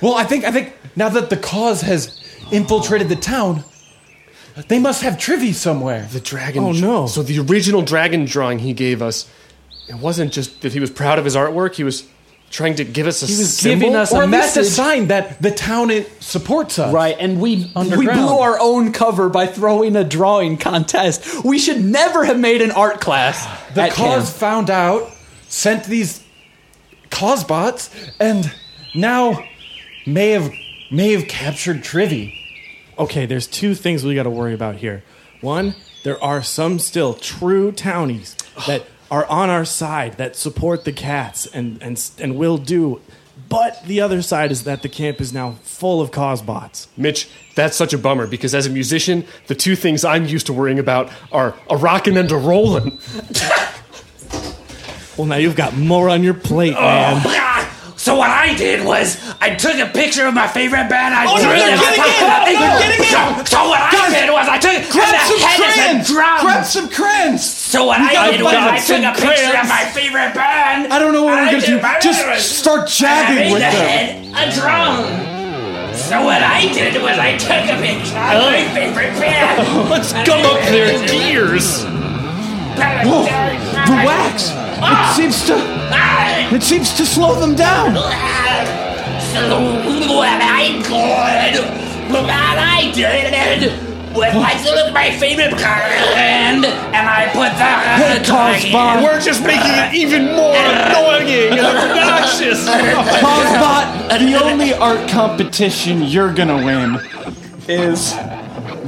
Speaker 9: well, I think I think now that the cause has infiltrated the town, they must have Trivi somewhere.
Speaker 1: The
Speaker 8: Oh,
Speaker 1: dragon. no. So the original dragon drawing he gave us, it wasn't just that he was proud of his artwork, he was trying to give us a
Speaker 9: He was
Speaker 1: symbol,
Speaker 9: giving us
Speaker 1: or
Speaker 9: a
Speaker 1: at least
Speaker 9: message. sign that the town it supports us.
Speaker 6: Right, and we we
Speaker 9: Underground.
Speaker 6: blew our own cover by throwing a drawing contest. We should never have made an art class.
Speaker 9: The
Speaker 6: at
Speaker 9: cause
Speaker 6: camp.
Speaker 9: found out, sent these cause bots, and now may have may have captured Trivi.
Speaker 8: Okay, there's two things we got to worry about here. One, there are some still true townies that are on our side that support the cats and and s- and will do. But the other side is that the camp is now full of cause bots.
Speaker 1: Mitch, that's such a bummer because as a musician, the two things I'm used to worrying about are a rockin' and a rollin'.
Speaker 8: Well, now you've got more on your plate, man.
Speaker 12: So what I did was I took a picture of my favorite band. I
Speaker 8: Oh, no,
Speaker 12: drew
Speaker 8: they're
Speaker 12: them
Speaker 8: getting
Speaker 12: on top
Speaker 8: in!
Speaker 12: of-
Speaker 8: They're getting in!
Speaker 12: So, so what I
Speaker 8: Guys,
Speaker 12: did was I took
Speaker 8: grab
Speaker 12: and I
Speaker 8: some
Speaker 12: had it as a
Speaker 8: crayons!
Speaker 12: drum.
Speaker 8: Grab some crayons!
Speaker 12: So what
Speaker 8: You
Speaker 12: I
Speaker 8: gotta
Speaker 12: did was
Speaker 8: grab
Speaker 12: I
Speaker 8: some
Speaker 12: took a picture of
Speaker 8: crayons!
Speaker 12: my favorite band.
Speaker 8: I don't know what
Speaker 12: and
Speaker 8: we're
Speaker 12: I
Speaker 8: gonna do.
Speaker 12: did my
Speaker 8: Just
Speaker 12: favorite-
Speaker 8: start
Speaker 12: and I
Speaker 8: jabbing
Speaker 12: made
Speaker 8: with
Speaker 12: the
Speaker 8: them.
Speaker 12: head a drum. So what I did was I took a picture of my favorite band.
Speaker 1: Let's gum up their gears.
Speaker 12: Whoa, the
Speaker 8: wax. It seems to. It seems to slow them down.
Speaker 12: So what I did, what I did was I took my favorite band and I put the
Speaker 8: Hey, Cosbot.
Speaker 12: We're just making it even more annoying and obnoxious.
Speaker 8: Cosbot, the only art competition you're gonna win is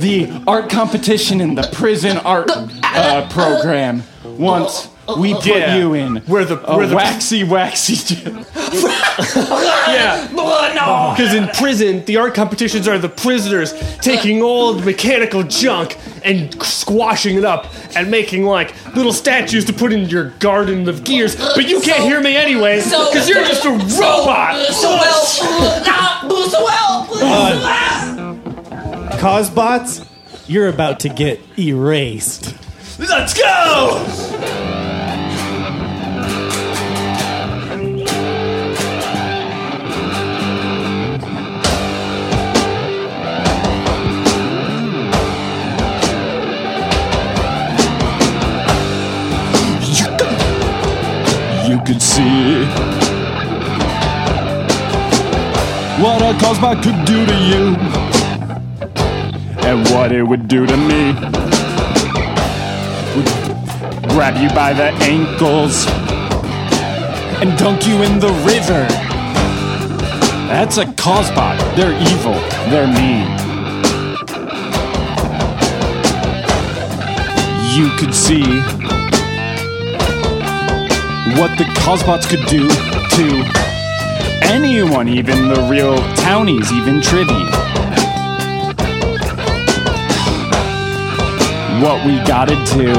Speaker 8: the art competition in the prison art uh, program. Once we put
Speaker 12: Yeah.
Speaker 8: you in, we're the
Speaker 12: we're the-
Speaker 8: waxy waxy.
Speaker 1: Yeah. Because in prison, the art competitions are the prisoners taking old mechanical junk and squashing it up and making like little statues to put in your garden of gears. But you can't
Speaker 12: So-
Speaker 1: hear me anyways
Speaker 12: so-
Speaker 1: because you're just a
Speaker 12: so-
Speaker 1: robot.
Speaker 12: So well, nah, so well.
Speaker 8: Cosbots, you're about to get erased.
Speaker 12: Let's go.
Speaker 3: you could see what a Cosbot could do to you and what it would do to me. Would grab you by the ankles and dunk you in the river. That's a Cosbot. They're evil. They're mean. You could see what the Cosbots could do to anyone, even the real townies, even Trivi. What we gotta do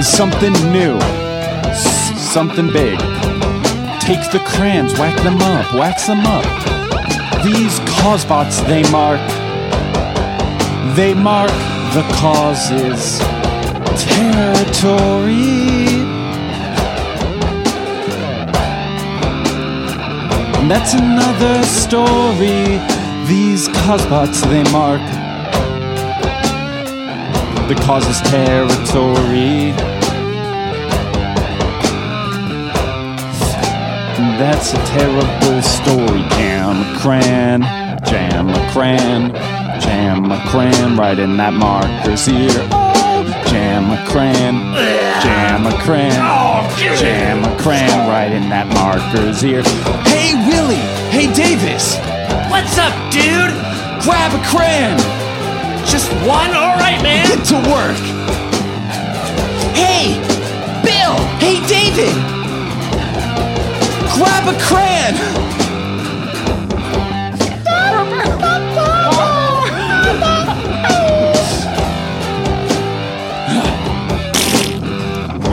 Speaker 3: is something new, S- something big. Take the crayons, whack them up, wax them up. These Causebots, they mark, they mark the causes territory. And that's another story. These Causebots, they mark the causes territory. And That's a terrible story. Jam McCran, Jam McCran, Jam McCran, right in that marker's ear. Oh, Jam McCran, Jam McCran, Jam McCran, right in that marker's ear. Hey, Willie! Hey, Davis!
Speaker 6: What's up, dude?
Speaker 3: Grab a crayon!
Speaker 6: Just one? Alright, man.
Speaker 3: Get to work!
Speaker 6: Hey, Bill!
Speaker 3: Hey, David! Grab a crayon!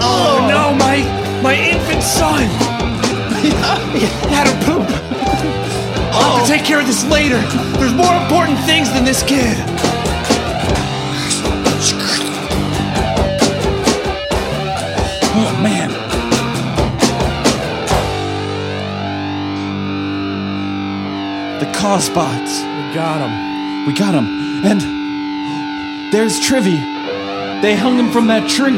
Speaker 6: Oh no, my my infant son!
Speaker 2: Had a poop. I'll have to take care of this later. There's more important things than this kid.
Speaker 3: Oh, man. The Cosbots. We got him. We got him. And there's Trivy. They hung him from that tree.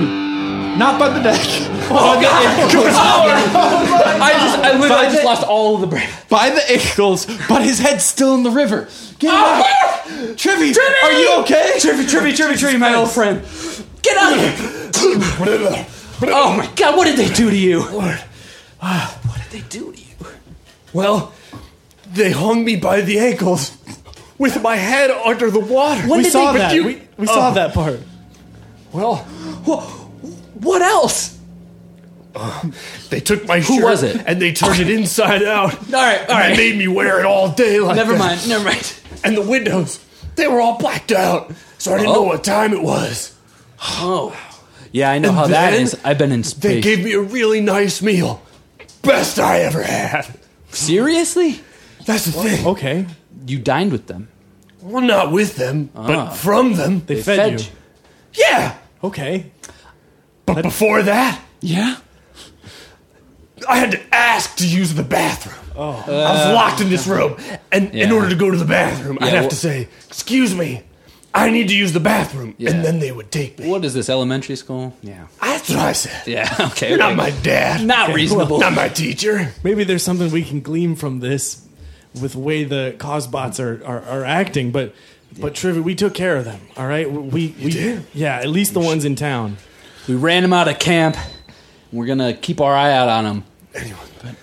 Speaker 3: Not by the neck.
Speaker 2: Oh,
Speaker 3: On the
Speaker 2: God.
Speaker 3: ankles.
Speaker 2: Oh, my God.
Speaker 3: I just, I literally
Speaker 2: By
Speaker 3: just
Speaker 2: the-
Speaker 3: lost all of the breath. By the ankles, but his head's still in the river. Get him out. Trivy, are you okay? Trivy, Trivy, Trivy, Trivy, my old friend.
Speaker 6: Get out of here! oh my god, what did they do to you? Lord.
Speaker 9: Well, they hung me by the ankles with my head under the water.
Speaker 8: we saw that. we we saw
Speaker 9: Oh.
Speaker 8: that part.
Speaker 9: Well, wh- what else? they took my
Speaker 8: Who
Speaker 9: shirt
Speaker 8: was it?
Speaker 9: and they turned it inside out. all
Speaker 6: right,
Speaker 9: all
Speaker 6: right.
Speaker 9: They made me wear it all day. Like
Speaker 6: Never
Speaker 9: that.
Speaker 6: mind, never mind.
Speaker 9: And the windows, they were all blacked out, so I didn't know what time it was.
Speaker 6: Oh, Yeah, I know
Speaker 9: And
Speaker 6: how that
Speaker 9: then
Speaker 6: is. I've been in
Speaker 9: They
Speaker 6: space.
Speaker 9: gave me a really nice meal, best I ever had.
Speaker 6: Seriously?
Speaker 9: That's the thing.
Speaker 8: Okay.
Speaker 6: You dined with them.
Speaker 9: Well, not with them,
Speaker 6: Ah.
Speaker 9: but from them.
Speaker 6: They They fed fed you. you.
Speaker 9: Yeah. Okay. But before that,
Speaker 3: yeah,
Speaker 9: I had to ask to use the bathroom.
Speaker 8: Oh.
Speaker 9: I was locked in this room, and in
Speaker 8: Yeah.
Speaker 9: order to go to the bathroom,
Speaker 8: Yeah,
Speaker 9: I'd have
Speaker 8: wh-
Speaker 9: to say, "Excuse me, I need to use the bathroom," and then they would take me.
Speaker 6: What is this, elementary school? Yeah.
Speaker 9: That's what I said.
Speaker 6: Yeah, okay.
Speaker 9: You're not
Speaker 6: okay.
Speaker 9: my dad.
Speaker 6: Not
Speaker 8: Okay,
Speaker 6: reasonable.
Speaker 8: well,
Speaker 9: teacher.
Speaker 8: Maybe there's something we can glean from this with the way the Cosbots are, are, are acting, but but Trivia, we took care of them. All right, we we yeah, at least the ones in town.
Speaker 6: We ran him out of camp. We're gonna keep our eye out on him.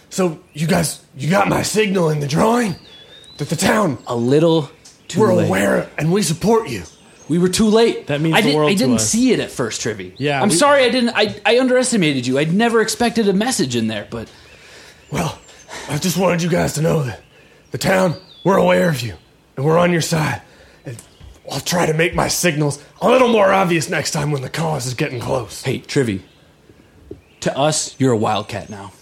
Speaker 9: So you guys, you got my signal in the drawing that the town
Speaker 6: a little too
Speaker 9: we're
Speaker 6: late.
Speaker 9: aware and we support you.
Speaker 6: We were too late.
Speaker 8: That
Speaker 6: I, did, I didn't see it at first, Trivy.
Speaker 8: Yeah,
Speaker 6: I'm
Speaker 8: we-
Speaker 6: sorry I didn't. I, I underestimated you. I'd never expected a message in there, but
Speaker 9: Well, I just wanted you guys to know that the town, we're aware of you and we're on your side. And I'll try to make my signals a little more obvious next time when the cause is getting close.
Speaker 6: Hey, Trivy. To us, you're a wildcat now.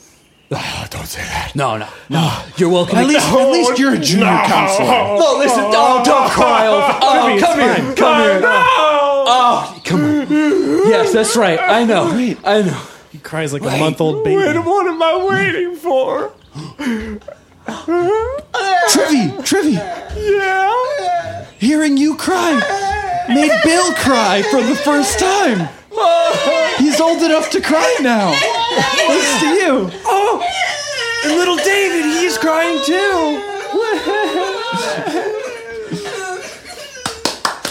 Speaker 9: Oh, don't say that.
Speaker 6: No, no, no. You're welcome.
Speaker 9: At least- at least
Speaker 6: you're a
Speaker 9: junior No. counselor.
Speaker 6: No, listen. Oh, don't cry. Oh,
Speaker 2: Trivy,
Speaker 6: oh
Speaker 2: it's
Speaker 6: come
Speaker 2: fine.
Speaker 6: here. Come here.
Speaker 2: Oh,
Speaker 6: Oh, come on. Yes, that's right. I know. I know.
Speaker 8: He cries like a month old baby.
Speaker 2: what am I waiting for?
Speaker 3: Trivy, Trivy.
Speaker 2: Yeah.
Speaker 3: Hearing you cry made Bill cry for the first time. He's old enough to cry now. Thanks to you.
Speaker 2: Oh, and little David, he's crying too.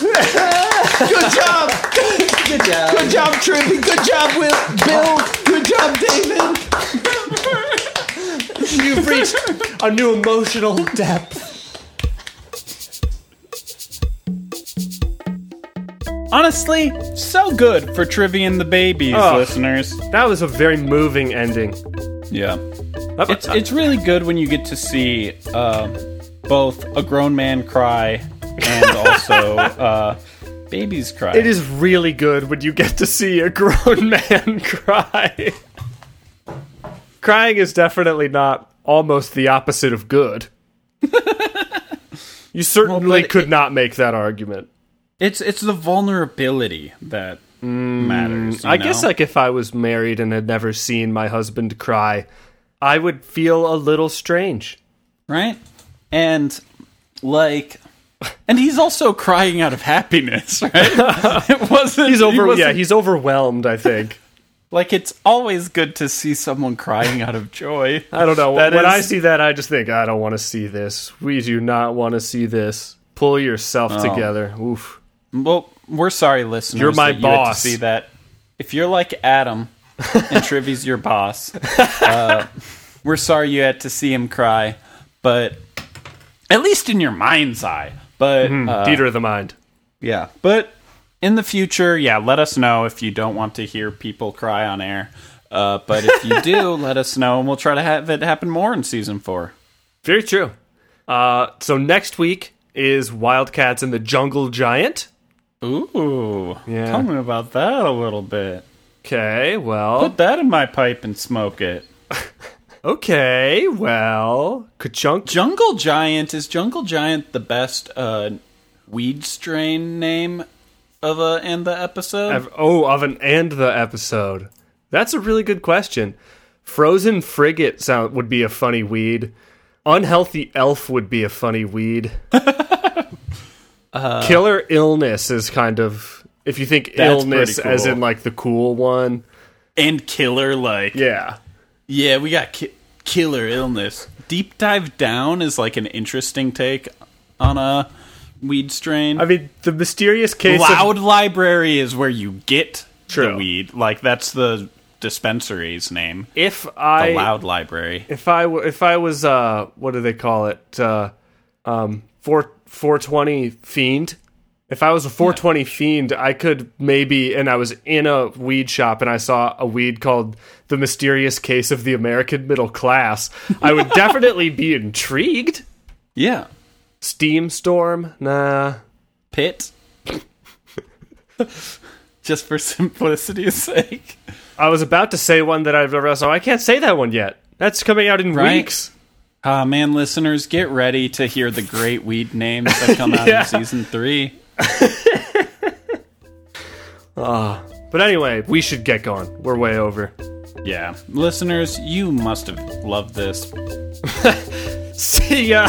Speaker 3: Good job. Good job. Good job, Trippy. Good job, Will. Bill. Good job, David.
Speaker 9: You've reached a new emotional depth.
Speaker 16: Honestly, so good for Trivia and the Babies,
Speaker 1: Oh.
Speaker 16: listeners.
Speaker 1: That was a very moving ending.
Speaker 16: Yeah. It's, it's really good when you get to see uh, both a grown man cry and also uh,
Speaker 3: Babies cry.
Speaker 1: It is really good when you get to see a grown man cry. Crying is definitely not almost the opposite of good. you certainly could not make that argument.
Speaker 3: It's it's the vulnerability that matters. you
Speaker 1: Mm, I guess
Speaker 3: know?
Speaker 1: like if I was married and had never seen my husband cry, I would feel a little strange.
Speaker 3: right? And like, and he's also crying out of happiness, right? it wasn't.
Speaker 1: He's
Speaker 3: he
Speaker 1: over
Speaker 3: wasn't-
Speaker 1: yeah, he's overwhelmed, I think.
Speaker 3: like it's always good to see someone crying out of joy.
Speaker 1: I don't know.
Speaker 3: That
Speaker 1: when I
Speaker 3: is-
Speaker 1: see that, I just think, I don't want to see this. We do not want to see this. Pull yourself
Speaker 3: Oh.
Speaker 1: together. Oof.
Speaker 3: Well, we're sorry, listeners.
Speaker 1: You're my
Speaker 3: that you had to
Speaker 1: boss.
Speaker 3: see that? If you're like Adam and Trivy's your boss, uh, we're sorry you had to see him cry, but at least in your mind's eye. But
Speaker 1: Mhm,
Speaker 3: uh,
Speaker 1: theater of the mind.
Speaker 3: Yeah, but in the future, yeah, let us know if you don't want to hear people cry on air. Uh, but if you do, let us know, and we'll try to have it happen more in season four.
Speaker 1: Very true. Uh, so next week is Wildcats and the Jungle Giant.
Speaker 3: Ooh,
Speaker 1: yeah.
Speaker 3: Tell me about that a little bit.
Speaker 1: Okay, well,
Speaker 3: put that in my pipe and smoke it.
Speaker 1: okay, well, Kachunk.
Speaker 3: Jungle Giant is Jungle Giant the best uh, weed strain name of a and the episode.
Speaker 1: Ev- Oh, of an and the episode. That's a really good question. Frozen frigate sound would be a funny weed. Unhealthy elf would be a funny weed. Killer illness is kind of if you think
Speaker 3: That's
Speaker 1: illness
Speaker 3: pretty
Speaker 1: as
Speaker 3: cool.
Speaker 1: in like the cool one.
Speaker 3: and killer like
Speaker 1: yeah
Speaker 3: yeah we got ki- killer illness deep dive down is like an interesting take on a weed strain i
Speaker 1: mean the mysterious case of-
Speaker 3: loud library is where you get the weed like that's the dispensary's name
Speaker 1: If I-
Speaker 3: the loud library
Speaker 1: If I w- if I was uh what do they call it uh um four four twenty fiend. If I was a 420 fiend, I could maybe, and I was in a weed shop and I saw a weed called The Mysterious Case of the American Middle Class, I would definitely be intrigued.
Speaker 3: Yeah.
Speaker 1: Steam Storm? Nah.
Speaker 3: Pit? Just for simplicity's sake.
Speaker 1: I was about to say one that I've never saw. I can't say that one yet. That's coming out in
Speaker 3: Right?
Speaker 1: weeks.
Speaker 3: Ah, man, listeners, get ready to hear the great weed names that come out
Speaker 1: Yeah.
Speaker 3: in season three.
Speaker 1: Ah. but anyway, we should get going. We're way over.
Speaker 3: Yeah. Listeners, you must have loved this.
Speaker 1: See ya.